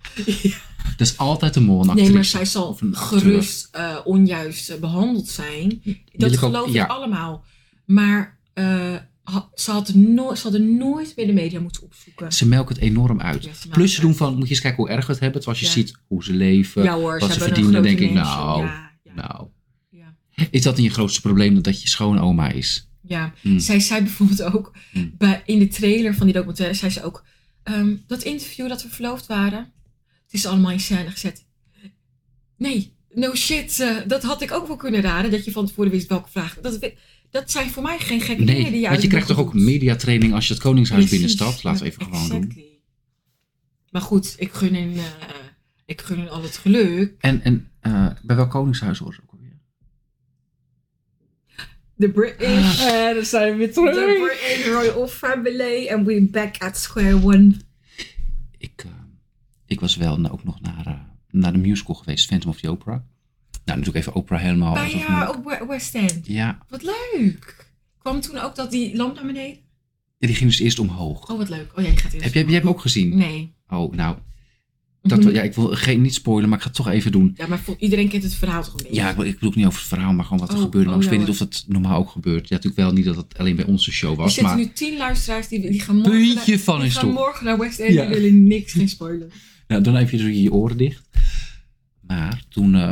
A: Dat is altijd de mol, een actrice.
B: Nee, maar zij zal
A: Of een acteur.
B: gerust eh, onjuist eh, behandeld zijn. Dat
A: ik ook-
B: geloof ik
A: ja.
B: allemaal. Maar eh, ha- ze, had nooit, ze hadden nooit meer de media moeten opzoeken.
A: Ze melken het enorm uit.
B: Ja, ze melken
A: Plus ze
B: het
A: doen
B: uit.
A: van, moet je eens kijken hoe erg we het hebben. Terwijl als je
B: Ja.
A: ziet hoe ze leven.
B: Ja hoor,
A: wat
B: ze
A: ze
B: hebben een
A: verdienen,
B: grote
A: denk ik,
B: mansion.
A: nou,
B: Ja, ja,
A: Nou,
B: ja.
A: is dat niet je grootste probleem dat je schoonoma is?
B: Ja,
A: Mm.
B: zij zei bijvoorbeeld ook
A: Mm.
B: bij, in de trailer van die documentaire, zei ze ook, ehm, dat interview dat we verloofd waren, het is allemaal in scène gezet. Nee, no shit, eh, dat had ik ook wel kunnen raden, dat je van tevoren wist welke vraag. Dat, we- dat zijn voor mij geen gekke dingen die
A: Nee,
B: je
A: want je krijgt toch ook mediatraining als je het Koningshuis binnenstapt? Laten we even gewoon doen.
B: Maar goed, ik gun hun, eh, ik gun hun al het geluk.
A: En, en eh, bij welk Koningshuis hoor ze ook alweer?
B: The British,
E: En dan zijn we weer
B: Ah. the British Royal Family, and we're back at square one.
A: Ik, eh, ik was wel nou, ook nog naar, eh, naar de musical geweest, Phantom of the Opera. Nou, natuurlijk even Opera helemaal.
B: Bij
A: alsof-
B: jou op We- West End.
A: ja,
B: Wat leuk. Kwam toen ook dat die lamp naar beneden?
A: die ging dus eerst omhoog.
B: Oh, wat leuk. Oh, jij gaat eerst. Mm. Mhm.
A: Heb jij, heb jij hem ook gezien?
B: Nee.
A: Oh, nou, dat, wel- ja, ik wil geen, niet spoilen, maar ik ga het toch even doen.
B: Ja, maar voor, iedereen kent het verhaal toch een beetje?
A: Ja, ik, wil- ik bedoel ook niet over het verhaal, maar gewoon wat er
B: Oh,
A: gebeurde. Maar
B: oh,
A: ik weet
B: ja,
A: niet of dat normaal ook gebeurt. Ja, natuurlijk wel niet dat het alleen bij onze show
B: Er
A: was,
B: zitten
A: maar
B: nu tien luisteraars die, die gaan morgen,
A: Puntje
B: naar-
A: van
B: die
A: hun
B: gaan
A: stoel.
B: morgen naar West End.
A: Ja.
B: Die willen niks, geen spoiler.
A: nou, dan heb je dus je oren dicht. Maar toen, eh,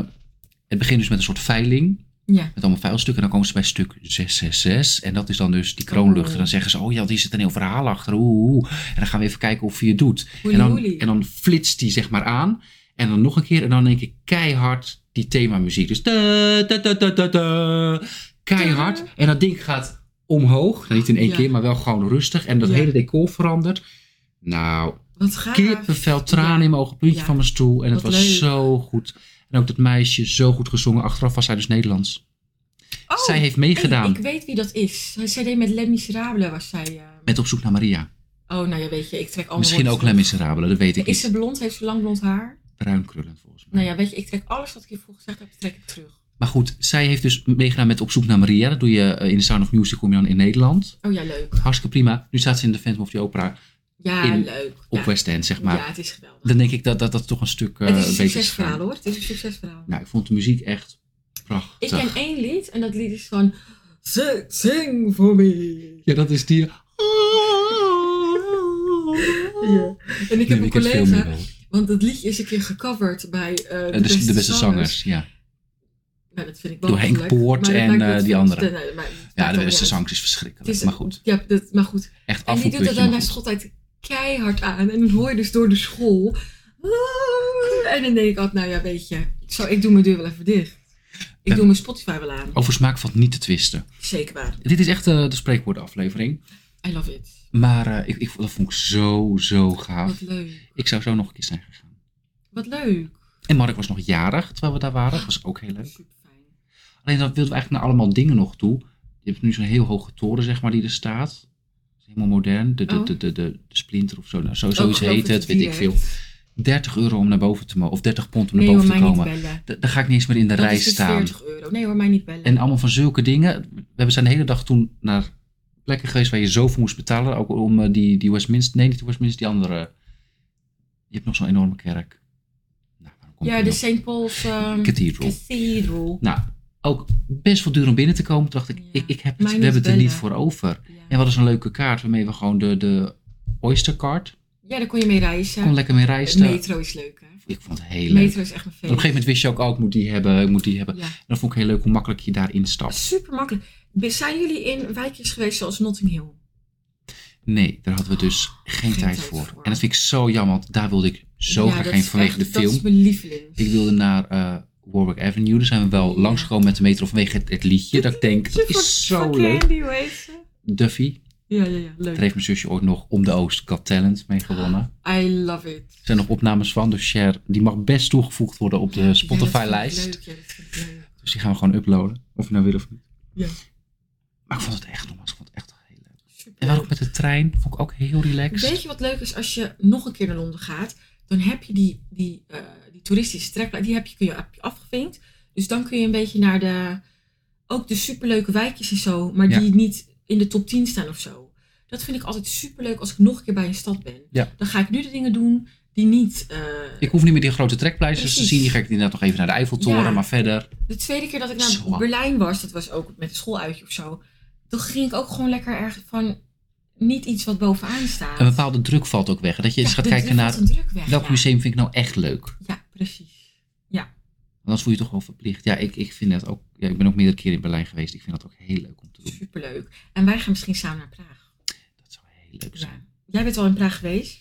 A: het begint dus met een soort veiling,
B: Ja.
A: met allemaal veilstukken. En dan komen ze bij stuk 666 en dat is dan dus die kroonluchter. En dan zeggen ze, oh ja, hier zit een heel verhaal achter, oeh, oeh. En dan gaan we even kijken of je het doet.
B: Hoelie,
A: En dan,
B: hoelie.
A: en dan flitst die zeg maar aan. En dan nog een keer. En dan denk ik keihard die themamuziek. Dus da, da, da, da, da, da. keihard. En dat ding gaat omhoog. Nou, niet in één
B: Ja.
A: keer, maar wel gewoon rustig. En dat
B: Ja.
A: hele decor verandert. Nou,
B: Wat gaaf.
A: kippenvel, tranen in mijn ogen, puntje
B: Ah, Ja.
A: van mijn stoel. En het
B: Wat
A: was
B: leuk.
A: zo goed. En ook dat meisje, zo goed gezongen. Achteraf was zij dus Nederlands.
B: Oh,
A: zij heeft
B: hey,
A: meegedaan
B: ik weet wie dat is. Zij deed met Les Miserables was zij... eh,
A: met Op zoek naar Maria.
B: Oh, nou ja, weet je, ik trek allemaal
A: Misschien ook Les Miserables, dat weet ik
B: Is
A: niet.
B: ze blond? Heeft ze lang blond haar?
A: Bruin krullend volgens mij.
B: Nou ja, weet je, ik trek alles wat ik hiervoor gezegd heb, trek ik terug.
A: Maar goed, zij heeft dus meegedaan met Op zoek naar Maria. Dat doe je eh, in de Sound of Music, kom je dan in Nederland.
B: Oh ja, leuk.
A: Hartstikke prima. Nu staat ze in de Phantom of the Opera
B: Ja,
A: In-
B: leuk.
A: op
B: ja.
A: West End, zeg maar.
B: ja, het is geweldig.
A: Dan denk ik dat dat, dat toch een stuk eh
B: het is een
A: beter is.
B: succesverhaal
A: gegaan.
B: hoor. Het is een succesverhaal.
A: Nou, ik vond de muziek echt
B: ik
A: prachtig.
B: ken één lied en dat lied is van Zing, zing voor me.
A: Ja, dat is die...
B: Ja. En ik heb een
A: ken het veel meer
B: collega,
A: wel.
B: want dat liedje is een keer gecoverd bij eh, de,
A: Eh,
B: beste
A: de, de beste zangers, ja.
B: Nou, dat vind ik
A: Door Henk
B: belachelijk,
A: Poort
B: maar dat
A: en,
B: maakt
A: eh,
B: niet
A: die
B: uit.
A: andere.
B: Nee, nee, maar het maakt
A: Ja, de
B: allemaal
A: beste
B: niet uit.
A: zangers is
B: Het
A: verschrikkelijk.
B: is,
A: maar goed,
B: Ja, dat, maar goed.
A: echt
B: En die doet dat
A: afvoerputje.
B: dan
A: maar
B: na
A: goed.
B: schooltijd keihard aan. En dan hoor je dus door de school. "Ah." En dan denk ik altijd, nou ja, weet je. Zo, ik doe mijn deur wel even dicht. Ik
A: Ja.
B: doe mijn Spotify wel aan.
A: Over smaak valt niet te twisten.
B: Zeker waar.
A: Dit is echt eh, de spreekwoordenaflevering. I
B: love it.
A: Maar eh, ik, ik, dat vond ik zo, zo
B: Wat
A: gaaf.
B: leuk.
A: Ik zou zo nog een keer zijn gegaan.
B: Wat leuk.
A: En Mark was nog jarig terwijl we daar waren. Dat was ook heel leuk.
B: Super fijn.
A: Alleen dan wilden we eigenlijk naar allemaal dingen nog toe. Je hebt nu zo'n heel hoge toren, zeg maar, die er staat. Dat is helemaal modern. De, de,
B: Oh.
A: de, de, de, de splinter of zo. Nou, zo zoiets heet het, weet ik veel. 30 euro om naar boven te mogen. Of 30 pond om naar
B: Nee hoor,
A: boven
B: mij
A: te
B: niet
A: komen.
B: bellen.
A: Da- Daar ga ik niet eens meer in de
B: Dat
A: rij
B: is dus
A: staan.
B: 40 euro. Nee hoor, mij niet bellen.
A: En allemaal van zulke dingen. We hebben zijn de hele dag toen naar plekken geweest waar je zoveel moest betalen. Ook om eh, die, die Westminster. Nee, niet die Westminster, die andere. Je hebt nog zo'n enorme kerk. Nou, waarom kom ik
B: ja,
A: er
B: de
A: niet
B: St. Paul's
A: op?
B: ehm,
A: Cathedral.
B: Cathedral.
A: Nou, ook best wel duur om binnen te komen. Toen dacht ik,
B: Ja,
A: ik, ik heb
B: mij
A: het, we
B: niet
A: hebben het er
B: bellen.
A: niet voor over. En we
B: Ja.
A: hadden zo'n leuke kaart waarmee we gewoon de, de Oyster Card
B: ja, daar kon je mee
A: kon
B: reizen.
A: lekker mee reizen.
B: Metro is leuk hè.
A: Ik vond het heel leuk.
B: Metro is echt mijn
A: En op een
B: favoriet.
A: gegeven moment wist je ook, oh, ik moet die hebben, ik moet die hebben.
B: Ja.
A: En dat vond ik heel leuk hoe makkelijk je daarin stapt.
B: Super makkelijk. Be- Zijn jullie in wijkjes geweest zoals Notting Hill?
A: Nee, daar hadden we dus geen, tijd, voor. En dat vind ik zo jammer, want daar wilde ik zo
B: Ja,
A: graag
B: dat
A: heen
B: is
A: vanwege
B: echt-
A: de
B: Dat
A: film.
B: is mijn lieveling.
A: Ik wilde naar eh, Warwick Avenue. Daar zijn we wel
B: Ja.
A: langsgekomen met de metro vanwege het, het liedje. Dat ik denk, dat is zo leuk.
B: Candy, weet je.
A: Duffy,
B: Ja, ja, ja.
A: daar
B: Leuk.
A: heeft mijn zusje ooit nog om de Oost Got Talent mee gewonnen.
B: I love it.
A: Er zijn nog opnames van, dus share, die mag best toegevoegd worden op de
B: Ja,
A: Spotify-lijst.
B: dat vind ik leuk. Ja, dat vind ik leuk.
A: Dus die gaan we gewoon uploaden, of je nou wil of niet.
B: Ja.
A: Maar ik vond het echt, nogmaals, ik vond het echt heel leuk.
B: Super.
A: En waarop met de trein, vond ik ook heel relaxed.
B: Weet je wat leuk is als je nog een keer naar Londen gaat? Dan heb je die, die, eh, die toeristische trekplek, die heb je, kun je, heb je afgevinkt. Dus dan kun je een beetje naar de, ook de superleuke wijkjes en zo, maar
A: Ja.
B: die niet in de top 10 staan of zo. Dat vind ik altijd superleuk als ik nog een keer bij een stad ben.
A: Ja.
B: Dan ga ik nu de dingen doen die niet... eh,
A: Ik hoef niet meer die grote trekpleisters te
B: Precies.
A: zien. Die ga ik inderdaad nog even naar de Eiffeltoren,
B: Ja.
A: maar verder.
B: De tweede keer dat ik naar
A: Zo.
B: Berlijn was, dat was ook met een schooluitje of zo. Toen ging ik ook gewoon lekker erg van niet iets wat bovenaan staat.
A: Een bepaalde druk valt ook weg. Dat je
B: Ja,
A: eens gaat
B: de
A: kijken
B: druk
A: naar
B: valt een druk weg,
A: welk
B: ja.
A: museum vind ik nou echt leuk.
B: Ja, precies.
A: Anders voel je je toch wel verplicht. Ja, ik, ik vind dat ook. Ja, ik ben ook meerdere keren in Berlijn geweest. Ik vind dat ook heel leuk om te doen.
B: Superleuk. En wij gaan misschien samen naar Praag.
A: Dat zou heel leuk zijn.
B: Ja. Jij bent al in Praag geweest.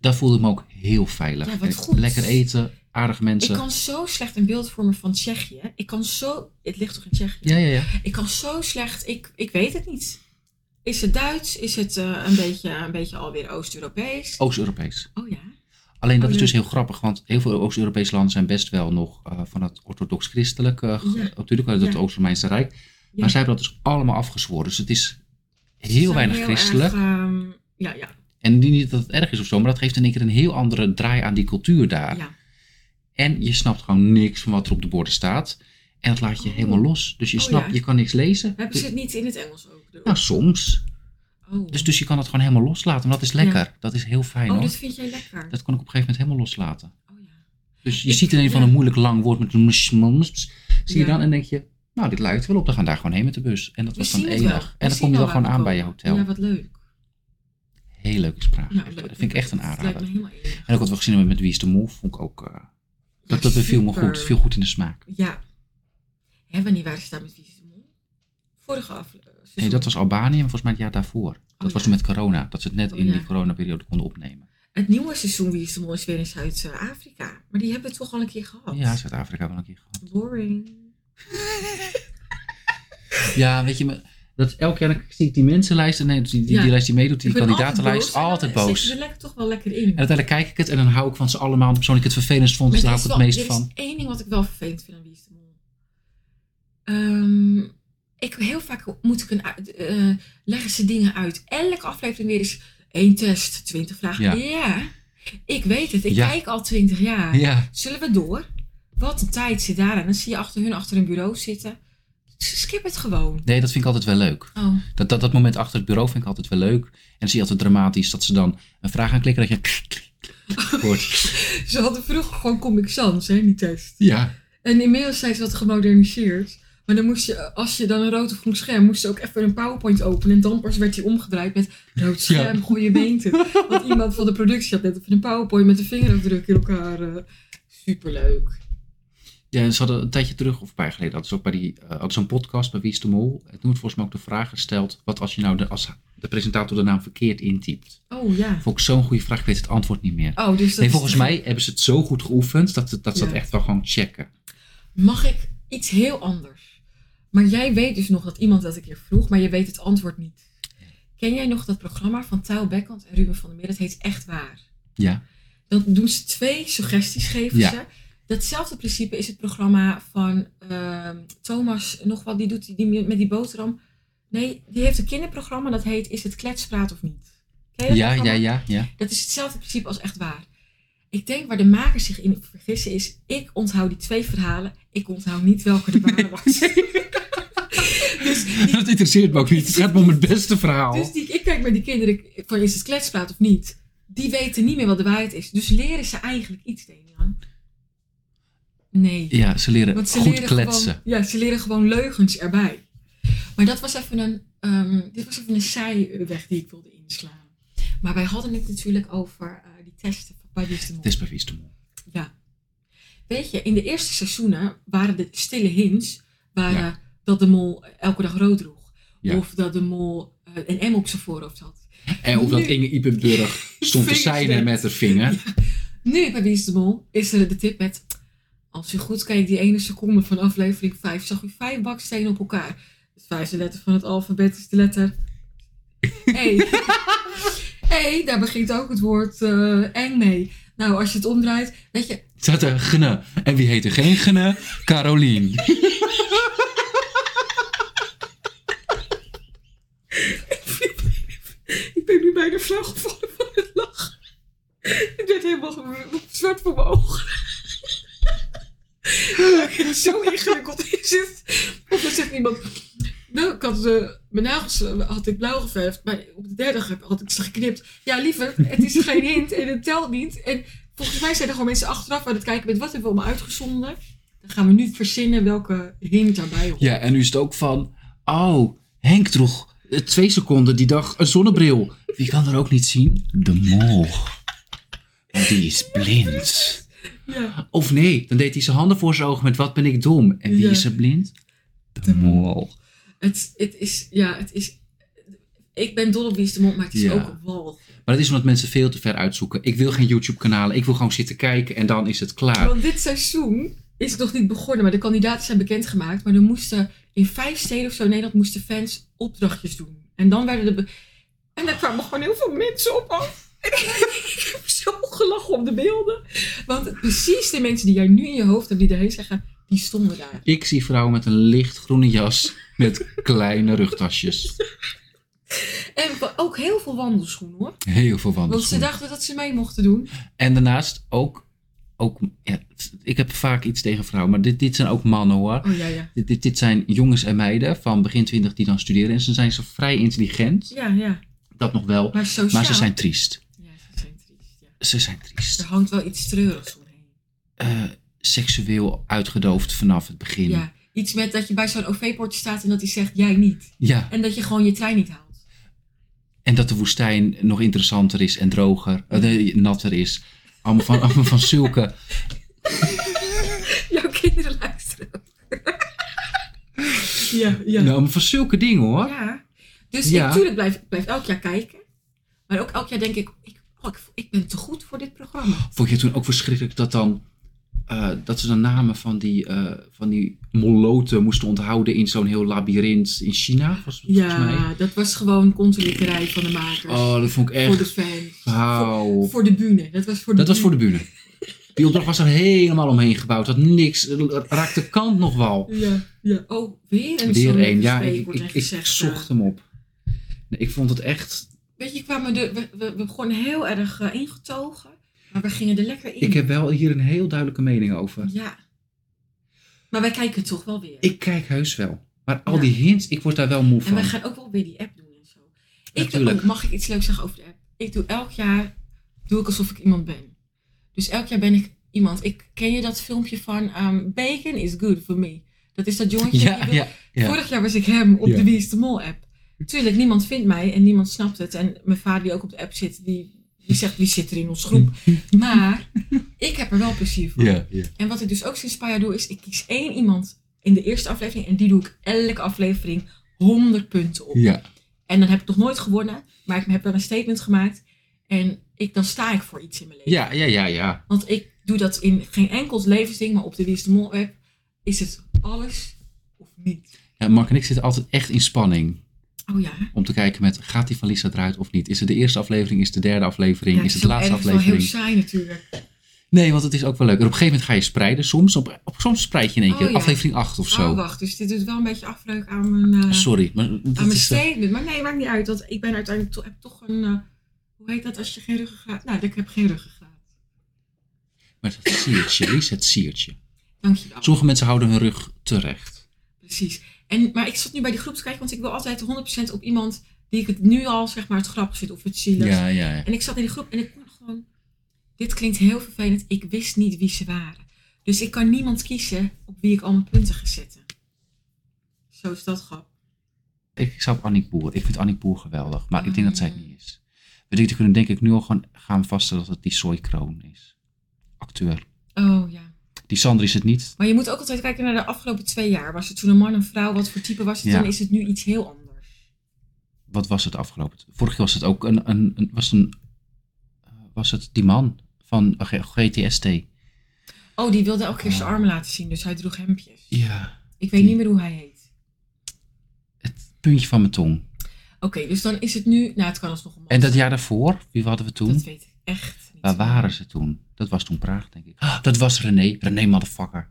A: Daar voelde ik me ook heel veilig.
B: Ja, wat
A: En
B: goed.
A: Lekker eten, aardige mensen.
B: Ik kan zo slecht een beeld vormen van Tsjechië. Ik kan zo... Het ligt toch in Tsjechië?
A: Ja, ja, ja.
B: Ik kan zo slecht... Ik, ik weet het niet. Is het Duits? Is het eh, een, beetje, een beetje alweer Oost-Europees?
A: Oost-Europees.
B: Oh ja.
A: Alleen dat
B: Oh,
A: is dus
B: leuk.
A: heel grappig, want heel veel Oost-Europese landen zijn best wel nog eh, van het orthodox-christelijk, eh, ge-
B: Ja.
A: natuurlijk, uit het
B: Ja.
A: Oost-Romeinse Rijk.
B: Ja.
A: Maar zij hebben dat dus allemaal afgezworen. Dus het is
B: Ze
A: heel
B: zijn
A: weinig
B: erg,
A: christelijk.
B: ehm, ja, ja,
A: En niet dat het erg is of zo, maar dat geeft in één keer een heel andere draai aan die cultuur daar.
B: ja.
A: En je snapt gewoon niks van wat er op de borden staat. En dat laat je
B: Oh.
A: helemaal los. Dus je
B: Oh,
A: snapt,
B: ja.
A: je kan niks lezen. Dus-
B: Hebben ze het niet in het Engels ook?
A: Nou, soms.
B: oh.
A: Dus, dus je kan het gewoon helemaal loslaten. Maar dat is lekker. Dat is heel fijn
B: oh,
A: hoor.
B: dat vind jij lekker.
A: Dat kon ik op een gegeven moment helemaal loslaten.
B: Oh, ja.
A: Dus je
B: Ik-
A: ziet in een van
B: ja.
A: een moeilijk lang woord met een ms- ms- ms- Zie je
B: Ja.
A: dan en denk je, nou dit lijkt wel op. Dan gaan we daar gewoon heen met de bus. En dat
B: We
A: was dan
B: zien het
A: één
B: wel.
A: dag.
B: We
A: En dan
B: zien
A: kom je
B: wel
A: dan
B: waar
A: gewoon
B: we
A: aan bij je
B: komen.
A: hotel.
B: Ja, wat leuk.
A: Heel leuk is Praag.
B: Nou,
A: Echt,
B: leuk.
A: dat vind ik echt een
B: Dat lijkt
A: aanrader.
B: me helemaal enig.
A: En ook wat we gezien hebben met Wie is de Mol, vond ik ook... eh, dat, dat beviel me
B: Super.
A: goed. Het viel goed in de smaak.
B: Ja. Hè, wanneer waren ze daar met Wie is de Mol? Vorige eh, aflevering.
A: Nee, dat was Albanië, maar volgens mij het jaar daarvoor. Dat
B: Oh, ja.
A: was toen met corona, dat ze het net
B: Oh,
A: in
B: ja.
A: die coronaperiode konden opnemen.
B: Het nieuwe seizoen Wie is de Mol is weer in Zuid-Afrika. Maar die hebben we toch al een keer gehad.
A: Ja, Zuid-Afrika wel een keer gehad.
B: Boring.
A: Ja, weet je, maar dat elk jaar dan zie ik die mensenlijst, nee, die, die,
B: Ja.
A: die lijst die meedoet, die
B: Ik ben
A: kandidatenlijst, altijd
B: altijd boos. en dan
A: boos.
B: zit je er
A: En
B: lekker toch wel lekker in.
A: uiteindelijk kijk ik het en dan hou ik van ze allemaal. De persoon die ik het vervelendst vond,
B: Maar
A: daar hou
B: er
A: ik
B: is
A: nou het
B: wel-
A: meest
B: er
A: van.
B: is één ding wat ik wel vervelend vind aan Wie is de Mol. Ehm, ik, heel vaak moet ik een, uit- eh, leggen ze dingen uit. Elke aflevering weer is één test, twintig vragen.
A: Ja.
B: Ja. Ik weet het. Ik
A: Ja.
B: kijk al twintig jaar.
A: Ja,
B: Zullen we door? Wat een tijd zit daar. En dan zie je achter hun achter een bureau zitten. Skip het gewoon.
A: Nee, dat vind ik altijd wel leuk.
B: Oh.
A: Dat, dat, dat moment achter het bureau vind ik altijd wel leuk. En dan zie je altijd dramatisch dat ze dan een vraag aanklikken dat je... hoort.
B: Ze hadden vroeger gewoon Comic Sans, hè, die test.
A: Ja.
B: En inmiddels zijn ze wat gemoderniseerd. Maar dan moest je, als je dan een rood of groen scherm, moest je ook even een PowerPoint openen. En dan pas werd die omgedraaid met rood scherm, goede beenten. Want iemand van de productie had net even een PowerPoint met een vingerafdruk in elkaar. eh, superleuk.
A: Ja, en ze hadden een tijdje terug, of een paar jaar geleden, hadden ze ook bij die, eh, hadden zo'n podcast bij Wie is de Mol. En toen werd volgens mij ook de vraag gesteld, wat als je nou de, als de presentator de naam verkeerd intypt?
B: Oh ja.
A: Vond ik zo'n goede vraag, ik weet het antwoord niet meer.
B: Oh, dus dat
A: nee,
B: is-
A: volgens mij hebben ze het zo goed geoefend, dat, ze- dat ze
B: Ja.
A: dat echt wel gewoon checken.
B: Mag ik iets heel anders? Maar jij weet dus nog dat iemand dat een keer vroeg, maar je weet het antwoord niet. Ken jij nog dat programma van Tauw Bekkant en Ruben van der Meer? Dat heet Echt Waar.
A: Ja.
B: Dan doen ze twee suggesties, geven
A: Ja.
B: ze. Datzelfde principe is het programma van ehm, Thomas, nog wat, die doet die, die met die boterham. Nee, die heeft een kinderprogramma, dat heet Is het kletspraat of niet? Ken je dat
A: Ja, ja,
B: programma?
A: ja, ja.
B: Dat is hetzelfde principe als echt waar. Ik denk waar de makers zich in vergissen is, ik onthoud die twee verhalen, ik onthoud niet welke de ware was. dus, die,
C: Dat interesseert me ook niet. Het gaat me om het beste verhaal.
B: dus die, ik kijk met die kinderen van is het kletspraat of niet, die weten niet meer wat de waarheid is. Dus leren ze eigenlijk iets, Damian? Nee.
A: Ja, ze leren
B: Want ze
A: goed
B: leren
A: kletsen.
B: Gewoon, ja, ze leren gewoon leugens erbij. Maar dat was even een, ehm, dit was even een zijweg die ik wilde inslaan. Maar wij hadden het natuurlijk over eh, die testen van bij Wie is de Mol.
A: Het is bij Wie is de Mol.
B: Ja. Weet je, in de eerste seizoenen waren de stille hints waren
A: Ja.
B: dat de mol eh, elke dag rood droeg.
A: Ja.
B: Of dat de mol eh, een M op zijn voorhoofd had.
A: En of dat
B: Nu-
A: Inge Ipenburg stond te
B: Vingers
A: seinen
B: met-
A: met haar vinger.
B: Nu bij Wie is de Mol is er de tip met... Als u goed kijkt, die ene seconde van aflevering 5... zag u vijf bakstenen op elkaar. Het vijfde letter van het alfabet is de letter... E. e, daar begint ook het woord eh, eng mee. Nou, als je het omdraait... Weet je,
A: Ze had een gne. En wie heette geen gne? Carolien.
B: ik ben nu bijna flauw gevallen van het lachen. Het werd helemaal zwart voor mijn ogen. Zo ingewikkeld is het. Of dan zegt iemand... Nou, ik had, eh, mijn nagels eh, had ik blauw geverfd, maar op de derde ge- had ik ze geknipt. Ja, liever, het is geen hint en het telt niet. En volgens mij zijn er gewoon mensen achteraf aan het kijken met wat hebben we allemaal uitgezonden. Dan gaan we nu verzinnen welke hint daarbij hoort.
A: Ja, en nu is het ook van... Oh, Henk droeg eh, twee seconden die dag een zonnebril. Wie kan er ook niet zien? De mol. Want die is blind.
B: Ja.
A: Of nee, dan deed hij zijn handen voor zijn ogen met wat ben ik dom. En wie
B: Ja.
A: is er blind? De mol.
B: Het, het is, ja, het is... Ik ben dol op Wie is de Mond, maar het is
A: Ja.
B: ook een wal.
A: Maar dat is omdat mensen veel te ver uitzoeken. Ik wil geen YouTube kanalen. Ik wil gewoon zitten kijken en dan is het klaar.
B: Want dit seizoen is nog niet begonnen, maar de kandidaten zijn bekendgemaakt. Maar er moesten in vijf steden of zo in Nederland moesten fans opdrachtjes doen. En dan werden de... be- En daar kwamen gewoon heel veel mensen op af. En ik heb zo gelachen op de beelden. Want precies de mensen die jij nu in je hoofd hebt, die erheen zijn gegaan, die stonden daar.
A: Ik zie vrouwen met een lichtgroene jas met kleine rugtasjes.
B: En ook heel veel wandelschoenen hoor.
A: Heel veel
B: Want ze
A: wandelschoenen.
B: dachten dat ze mee mochten doen.
A: En daarnaast ook... ook ja, ik heb vaak iets tegen vrouwen, maar dit, dit zijn ook mannen hoor.
B: Oh ja, ja.
A: Dit, dit, dit zijn jongens en meiden van begin 20 die dan studeren. En ze zijn zo vrij intelligent.
B: Ja, ja.
A: Dat nog wel.
B: Maar sociaal.
A: Maar ze zijn triest.
B: Ja, ze zijn triest. Ja.
A: Ze zijn triest.
B: Er hangt wel iets treurigs omheen.
A: Eh, seksueel uitgedoofd vanaf het begin.
B: Ja, iets met dat je bij zo'n OV-poortje staat en dat hij zegt jij niet.
A: ja.
B: En dat je gewoon je trein niet haalt.
A: En dat de woestijn nog interessanter is en droger. eh, nee, natter is. Allemaal van, allemaal van zulke...
B: Jouw kinderen luisteren. ja, ja.
A: Nou, allemaal van zulke dingen hoor.
B: ja. Dus
A: Ja.
B: natuurlijk blijf ik blijf elk jaar kijken. Maar ook elk jaar denk ik, ik, oh, ik, ik ben te goed voor dit programma.
A: Vond je toen ook verschrikkelijk dat dan... eh, dat ze de namen van die, eh van die moloten moesten onthouden in zo'n heel labyrint in China, was, volgens mij.
B: Ja, dat was gewoon kontelikkerij van de makers.
A: Oh, dat vond ik
B: voor
A: echt...
B: de fans.
A: Hou op.
B: Voor de bühne. Dat was voor de
A: Dat was voor de
B: bühne.
A: bühne. Die opdracht was er helemaal omheen gebouwd. Had niks. Raakte kant nog wel.
B: Ja, ja. Oh, weer een
A: Weer
B: zo'n
A: één. Ja, ik,
B: spreekwoord en
A: ik, ik
B: gezegd, eh,
A: zocht hem op. Nee, ik vond het echt.
B: Weet je, kwamen de, we, we, we begonnen heel erg eh, ingetogen, maar we gingen er lekker in.
A: Ik heb wel hier een heel duidelijke mening over.
B: Ja, Maar wij kijken toch wel weer.
A: Ik kijk heus wel. Maar al
B: Ja.
A: die hints, ik word daar wel moe
B: en
A: van.
B: wij gaan ook wel weer die app doen en zo. Ik doe,
A: Natuurlijk.
B: oh, mag ik iets leuks zeggen over de app? Ik doe elk jaar doe ik alsof ik iemand ben. Dus elk jaar ben ik iemand. Ik ken je dat filmpje van ehm, Bacon is good for me. Dat is dat jongetje. die
A: Ja,
B: wil-
A: ja, ja.
B: Vorig jaar was ik hem op
C: Ja.
B: de Wie is de Mol app. Tuurlijk, niemand vindt mij en niemand snapt het. En mijn vader die ook op de app zit, die, die zegt wie zit er in ons groep. Maar ik heb er wel plezier van.
A: ja, ja.
B: En wat ik dus ook sinds een paar jaar doe, is ik kies één iemand in de eerste aflevering. En die doe ik elke aflevering 100 punten op.
A: Ja.
B: En dan heb ik nog nooit gewonnen, maar ik heb wel een statement gemaakt. En ik, dan sta ik voor iets in mijn leven.
A: Ja, ja, ja, ja.
B: Want ik doe dat in geen enkel levensding, maar op de Wie is de Mol app is het alles of niet.
A: Ja, Mark en ik zitten altijd echt in spanning.
B: Oh ja,
A: Om te kijken met, gaat die van Lisa eruit of niet? Is het de eerste aflevering? Is het de derde aflevering?
B: Ja,
A: is het de laatste
B: ook erg- Het is wel
A: aflevering?
B: heel saai natuurlijk.
A: Nee, want het is ook wel leuk. En op een gegeven moment ga je spreiden. Soms, op, op, soms spreid je in één
B: Oh,
A: keer.
B: ja.
A: Aflevering 8 of zo. Ah,
B: Oh, wacht. Dus dit doet wel een beetje afbreuk aan mijn, eh,
A: Sorry. Maar, dat
B: aan mijn
A: is, eh,
B: statement. Maar nee, maakt niet uit. Want ik ben uiteindelijk toch, heb toch een... eh, hoe heet dat als je geen ruggengraat... Nou, ik heb geen ruggengraat.
A: maar dat siertje, Lies, het siertje.
B: Dankjewel.
A: Sommige mensen houden hun rug terecht.
B: Precies. En, maar ik zat nu bij die groep te kijken, want ik wil altijd 100% op iemand die ik het nu al, zeg maar, het grappig vind of het zielig.
A: Ja, ja, ja.
B: En ik zat in die groep en ik kon gewoon... Dit klinkt heel vervelend. Ik wist niet wie ze waren. Dus ik kan niemand kiezen op wie ik al mijn punten ga zetten. Zo is dat grap.
A: Ik, ik zou op Annick Boer. Ik vind Annick Boer geweldig. Maar ik denk dat zij het
B: Mm.
A: niet is. We denken- kunnen denk ik nu al gewoon gaan vaststellen dat het die Soy Kroon is. Acteur.
B: Oh ja.
A: Die Sander is het niet.
B: Maar je moet ook altijd kijken naar de afgelopen twee jaar. Was het toen een man, een vrouw? Wat voor type was het?
A: Ja.
B: En is het nu iets heel anders?
A: Wat was het afgelopen? Vorig jaar was het ook een... een, een- was, een eh, was het die man van G- GTST?
B: Oh, die wilde elke keer zijn
A: Ah.
B: arm laten zien, dus hij droeg hemdjes.
A: Ja.
B: Ik weet
A: die-
B: niet meer hoe hij heet.
A: Het puntje van mijn tong.
B: Oké, dus dan is het nu... Nou, het kan alsnog een man
A: En dat
B: zijn.
A: jaar daarvoor? Wie hadden we toen?
B: Dat weet ik echt niet.
A: Waar waren ze toen? Dat was toen Praag, denk ik. Ah, Dat was René. René motherfucker.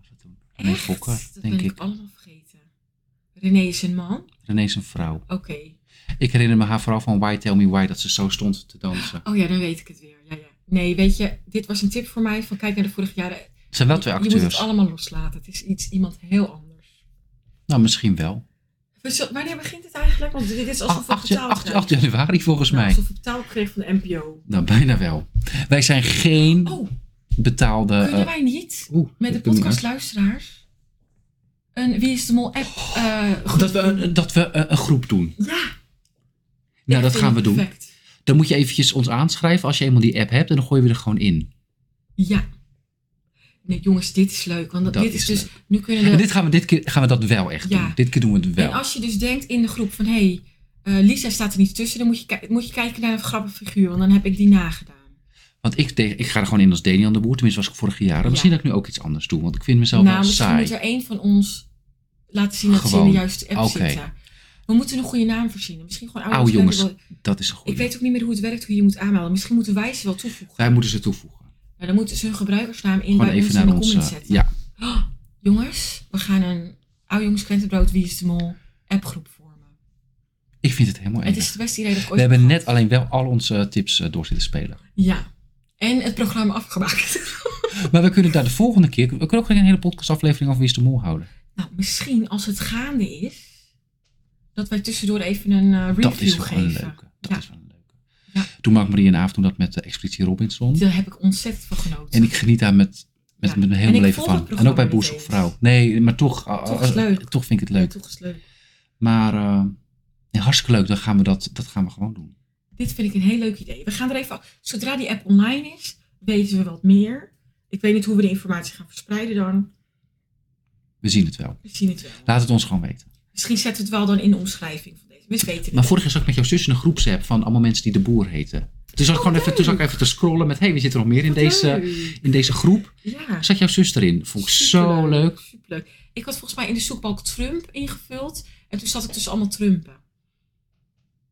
A: Was dat toen? René
B: Echt?
A: Fokker,
B: dat
A: denk
B: ben ik.
A: ik.
B: allemaal vergeten. René is een man?
A: René is een vrouw.
B: Oké.
A: Ik herinner me haar vooral van Why Tell Me Why, dat ze zo stond te dansen.
B: Oh ja, dan weet ik het weer. Ja, ja. Nee, weet je, dit was een tip voor mij van kijk naar de vorige jaren.
A: Het zijn wel twee
B: Je moet het
A: acteurs.
B: allemaal loslaten. Het is iets, iemand heel anders.
A: Nou, misschien wel.
B: We zullen- wanneer begint het eigenlijk? Want dit is alsof we
A: 8,
B: betaald krijgen.
A: januari volgens
B: Nou,
A: mij.
B: Alsof we betaald kregen van de NPO.
A: Nou, bijna wel. Wij zijn geen
B: Oh,
A: betaalde...
B: kunnen
A: eh,
B: wij niet
C: Oeh,
B: met de
C: dat doen we.
B: podcastluisteraars een Wie is de Mol app? eh, groep-
A: Oh, dat we, een, dat we eh, een, een groep doen.
B: Ja,
A: Nou,
B: ik
A: dat
B: vind
A: gaan we
B: het
A: doen.
B: perfect.
A: Dan moet je eventjes ons aanschrijven als je eenmaal die app hebt. En dan gooien we er gewoon in.
B: Ja. Nee, jongens, dit is leuk. Want
A: Dat
B: dit is,
A: is
B: dus, nu kunnen
A: En
B: de
A: dit gaan we, dit keer gaan we dat wel echt
B: Ja.
A: doen. Dit keer doen we het wel.
B: En als je dus denkt in de groep van, hé, hey, eh, Lisa staat er niet tussen, dan moet je, ki- moet je kijken naar een grappige figuur, want dan heb ik die nagedaan.
A: Want ik, de- ik ga er gewoon in als Daniel de Boer. Tenminste, was ik vorige jaren.
B: Ja.
A: Misschien dat ik nu ook iets anders doe. Want ik vind mezelf
B: nou,
A: wel
B: misschien
A: saai.
B: moet er één van ons laten zien dat ze in
A: Gewoon.
B: de juiste app
A: Oké.
B: zitten. We moeten een goede naam verzinnen. Misschien gewoon oude
A: Oude jongens.
B: werken wel-
A: Dat is een
B: Ik
A: goede.
B: weet ook niet meer hoe het werkt, hoe je moet aanmelden. Misschien moeten wij ze wel toevoegen.
A: Wij moeten ze toevoegen.
B: Nou, dan moeten ze hun gebruikersnaam in
A: Gewoon
B: bij ons
A: even
B: in de
A: naar
B: comments
A: ons. eh,
B: zetten. Oh,
A: ja,
B: Jongens, we gaan een oude jongens krentenbrood Wie is de Mol appgroep vormen.
A: ik vind het helemaal
B: Het
A: erg.
B: is het beste idee dat ik ooit
A: We hebben
B: heb
A: net
B: gehad.
A: alleen wel al onze eh, tips eh, door zitten spelen.
B: Ja, en het programma afgemaakt.
A: Maar we kunnen daar de volgende keer... We kunnen ook geen hele podcastaflevering over Wie is de Mol houden.
B: Nou, misschien als het gaande is, dat wij tussendoor even een eh, review
A: dat is wel
B: geven.
A: een leuke. Dat
B: Ja.
A: is wel een leuke.
B: Ja.
A: Toen maakte Marie en Aaf toen dat met de Expeditie Robinson.
B: Daar heb ik ontzettend van genoten.
A: En ik geniet daar met, met,
B: Ja.
A: met mijn
B: En
A: hele
B: ik
A: leven
B: volg
A: van.
B: het
A: En
B: programma
A: ook bij
B: niet
A: Boer zoekt
B: eens.
A: Vrouw. Nee, maar toch... eh,
B: Toch is het
A: eh,
B: leuk.
A: Toch vind ik het
B: Ja,
A: leuk.
B: toch is het leuk.
A: Maar eh, ja, hartstikke leuk, dan gaan we dat, dat gaan we gewoon doen.
B: Dit vind ik een heel leuk idee. We gaan er even af. Zodra die app online is, weten we wat meer. Ik weet niet hoe we de informatie gaan verspreiden dan.
A: We zien het wel.
B: We zien het wel.
A: Laat het ons gewoon weten.
B: Misschien zetten we het wel dan in de omschrijving van deze. We weten het.
A: Maar vorig jaar zat ik met jouw zus in een groepsapp van allemaal mensen die de boer heten. Toen zat ik
B: Oh,
A: gewoon even, toen zat ik
B: leuk.
A: even te scrollen met, hé, hey, wie zit er nog meer in
B: Wat
A: deze,
B: leuk.
A: in deze groep?
B: Ja.
A: Zat jouw zus erin? Vond ik zo
B: Superleuk,
A: leuk.
B: Superleuk. Ik had volgens mij in de zoekbalk Trump ingevuld. En toen zat ik tussen allemaal Trumpen.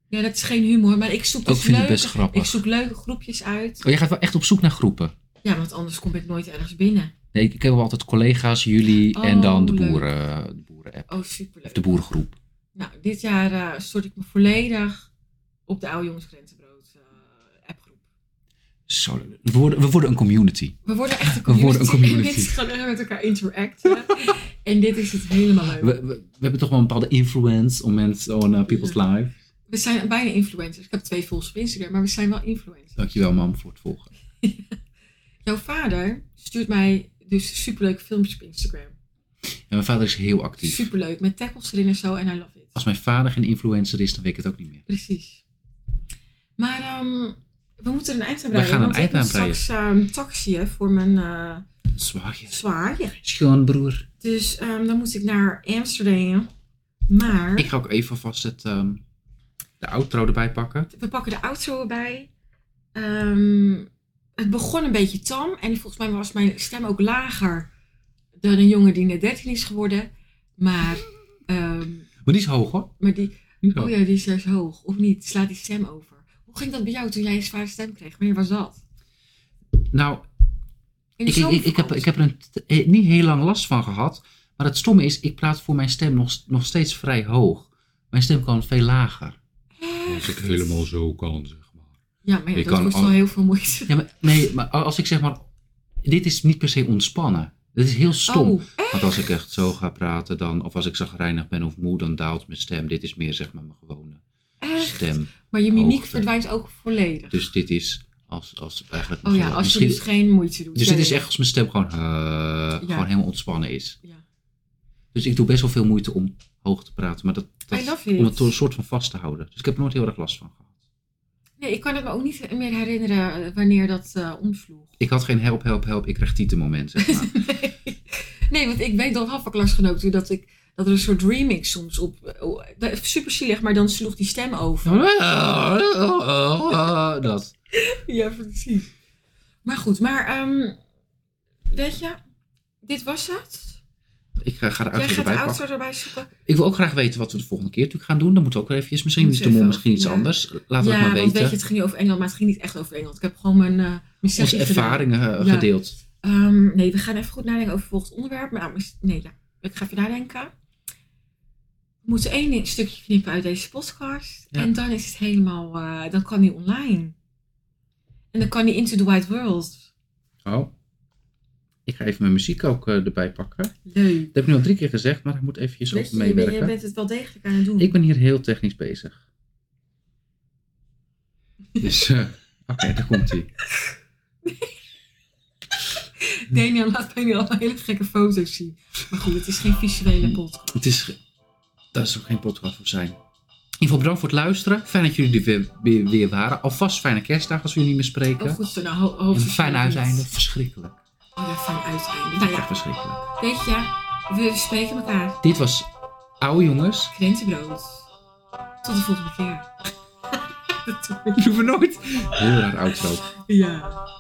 B: Ja, dat is geen humor, maar ik zoek
A: Ook
B: dus
A: vind ik
B: leuke-
A: best grappig.
B: Ik zoek leuke groepjes uit.
A: Oh, jij gaat wel echt op zoek naar groepen.
B: Ja, want anders kom ik nooit ergens binnen.
A: Nee, ik ik heb wel altijd collega's, jullie en
B: Oh,
A: dan de
B: leuk.
A: boeren, de boerenapp.
B: Oh,
A: Of
B: superleuk.
A: de boerengroep.
B: Nou, dit jaar eh stort ik me volledig op de oude jongens krentenbrood eh, appgroep.
A: Zo, we, worden, we worden een community.
B: We worden echt
A: We
B: een community.
A: worden een community.
B: En dit is gewoon echt met elkaar interacten. en dit is het helemaal leuk.
A: We, we, we hebben toch wel een bepaalde influence on, mensen, on eh, people's lives.
B: We zijn bijna influencers. Ik heb twee volgers op Instagram, maar we zijn wel influencers.
A: Dankjewel, mam, voor het volgen.
B: Jouw vader stuurt mij dus superleuke filmpjes op Instagram.
A: En mijn vader is heel actief.
B: Superleuk, met tackles erin en zo. En I love it.
A: Als mijn vader geen influencer is, dan weet ik het ook niet meer.
B: Precies. Maar ehm, we moeten er een eind aan
A: We
B: breien.
A: gaan een
B: want ik
A: eind
B: moet
A: aan breien.
B: straks ehm, taxiën voor mijn eh
A: Zwaagje.
B: zwaaier.
A: Schoonbroer.
B: Dus ehm, dan moet ik naar Amsterdam. Maar
A: Ik ga ook even vast het, ehm, de outro erbij pakken.
B: we pakken de auto erbij. Ehm, het begon een beetje tam. En volgens mij was mijn stem ook lager dan een jongen die net 13 is geworden. Maar, ehm,
A: Maar die is hoog hoor.
B: maar die,
A: Die is hoog.
B: Oh ja, die is juist hoog. Of niet? Slaat die stem over. Hoe ging dat bij jou toen jij een zware stem kreeg? Wanneer was dat?
A: Nou,
B: In de
A: ik, ik, ik, ik heb,
B: zomervakantie?
A: ik heb er een, t- eh, niet heel lang last van gehad. Maar het stomme is, ik plaats voor mijn stem nog, nog steeds vrij hoog. Mijn stem kan veel lager.
E: Als ik helemaal zo kan, zeg maar.
B: Ja, maar ja,
E: je
B: dat
E: kan
B: kost
E: al-
B: wel heel veel moeite.
A: Ja, maar, nee, maar als ik zeg maar... Dit is niet per se ontspannen. Dit is heel stom.
B: Oh,
A: Want als ik echt zo ga praten dan... Of als ik zagrijnig ben of moe, dan daalt mijn stem. Dit is meer zeg maar mijn gewone
B: echt?
A: stem.
B: Maar je mimiek
A: Hoogte.
B: verdwijnt ook volledig.
A: Dus dit is als, als eigenlijk...
B: oh ja,
A: gewoon-
B: als je
A: misschien-
B: dus geen moeite doet.
A: Dus dit
B: Ja,
A: is
B: ja.
A: echt als mijn stem gewoon, eh, gewoon helemaal ontspannen is.
B: Ja.
A: Dus ik doe best wel veel moeite om hoog te praten. Maar dat, dat-
B: I love
A: om het
B: it.
A: door een soort van vast te houden. Dus ik heb er nooit heel erg last van gehad.
B: Nee, ik kan het me ook niet meer herinneren eh, wanneer dat eh, omsloeg.
A: Ik had geen help, help, help. Ik kreeg titelmomenten. Zeg maar.
B: nee. nee, want ik weet dat van mijn klasgenoten dat, ik, dat er een soort remix soms op... oh, dat is super zielig, maar dan sloeg die stem over.
A: Oh? dat.
B: Ja, precies. Maar goed, maar ehm, weet je, dit was het.
A: Ik eh, ga, ga de
B: Jij
A: auto
B: gaat
A: erbij
B: de
A: pakken.
B: auto erbij zoeken.
A: Ik wil ook graag weten wat we de volgende keer natuurlijk gaan doen. Dan moeten we ook weer eventjes. Misschien
B: Moet
A: is de mol
B: even,
A: misschien iets
B: ja.
A: anders. Laten we
B: ja,
A: het maar
B: want
A: weten.
B: weet je, het ging niet over Engeland, maar het ging niet echt over Engeland. Ik heb gewoon mijn, eh mijn
A: Onze
B: sessie gedaan.
A: ervaringen eh,
B: Ja.
A: gedeeld.
B: Ehm, nee, we gaan even goed nadenken over volgend onderwerp. Maar, nou, nee, ja, ik ga even nadenken. We moeten één ding- stukje knippen uit deze podcast.
A: Ja.
B: En dan is het helemaal, eh, dan kan die online. En dan kan die into the wide world.
A: Oh. Ik ga even mijn muziek ook eh, erbij pakken.
B: Leuk.
A: Dat heb ik nu al drie keer gezegd, maar ik moet eventjes
B: Weet
A: ook
B: je, je, bent- je
A: meewerken.
B: bent het wel degelijk aan het doen.
A: Ik ben hier heel technisch bezig. Dus, eh, oké, daar komt hij.
B: Daniel laat mij nu al hele gekke foto's zien. Maar goed, het is geen visuele podcast.
A: Het is, ge- daar is ook geen podcast voor zijn. In ieder geval bedankt voor het luisteren. Fijn dat jullie er weer, weer, weer waren. Alvast fijne kerstdag als we jullie niet meer spreken.
B: Oh,
A: en
B: goed, zo, nou, ho- ho-
A: een fijn
B: niet.
A: uiteinde. Verschrikkelijk.
B: Oh ja, fijn uiteinde. Nou
A: Echt
B: ja,
A: verschrikkelijk.
B: weet je, we spreken elkaar.
A: Dit was Oude Jongens.
B: Krentenbrood. Tot de volgende keer. Dat doe ik.
A: Dat doen we nooit. Heel raar outro.
B: ja.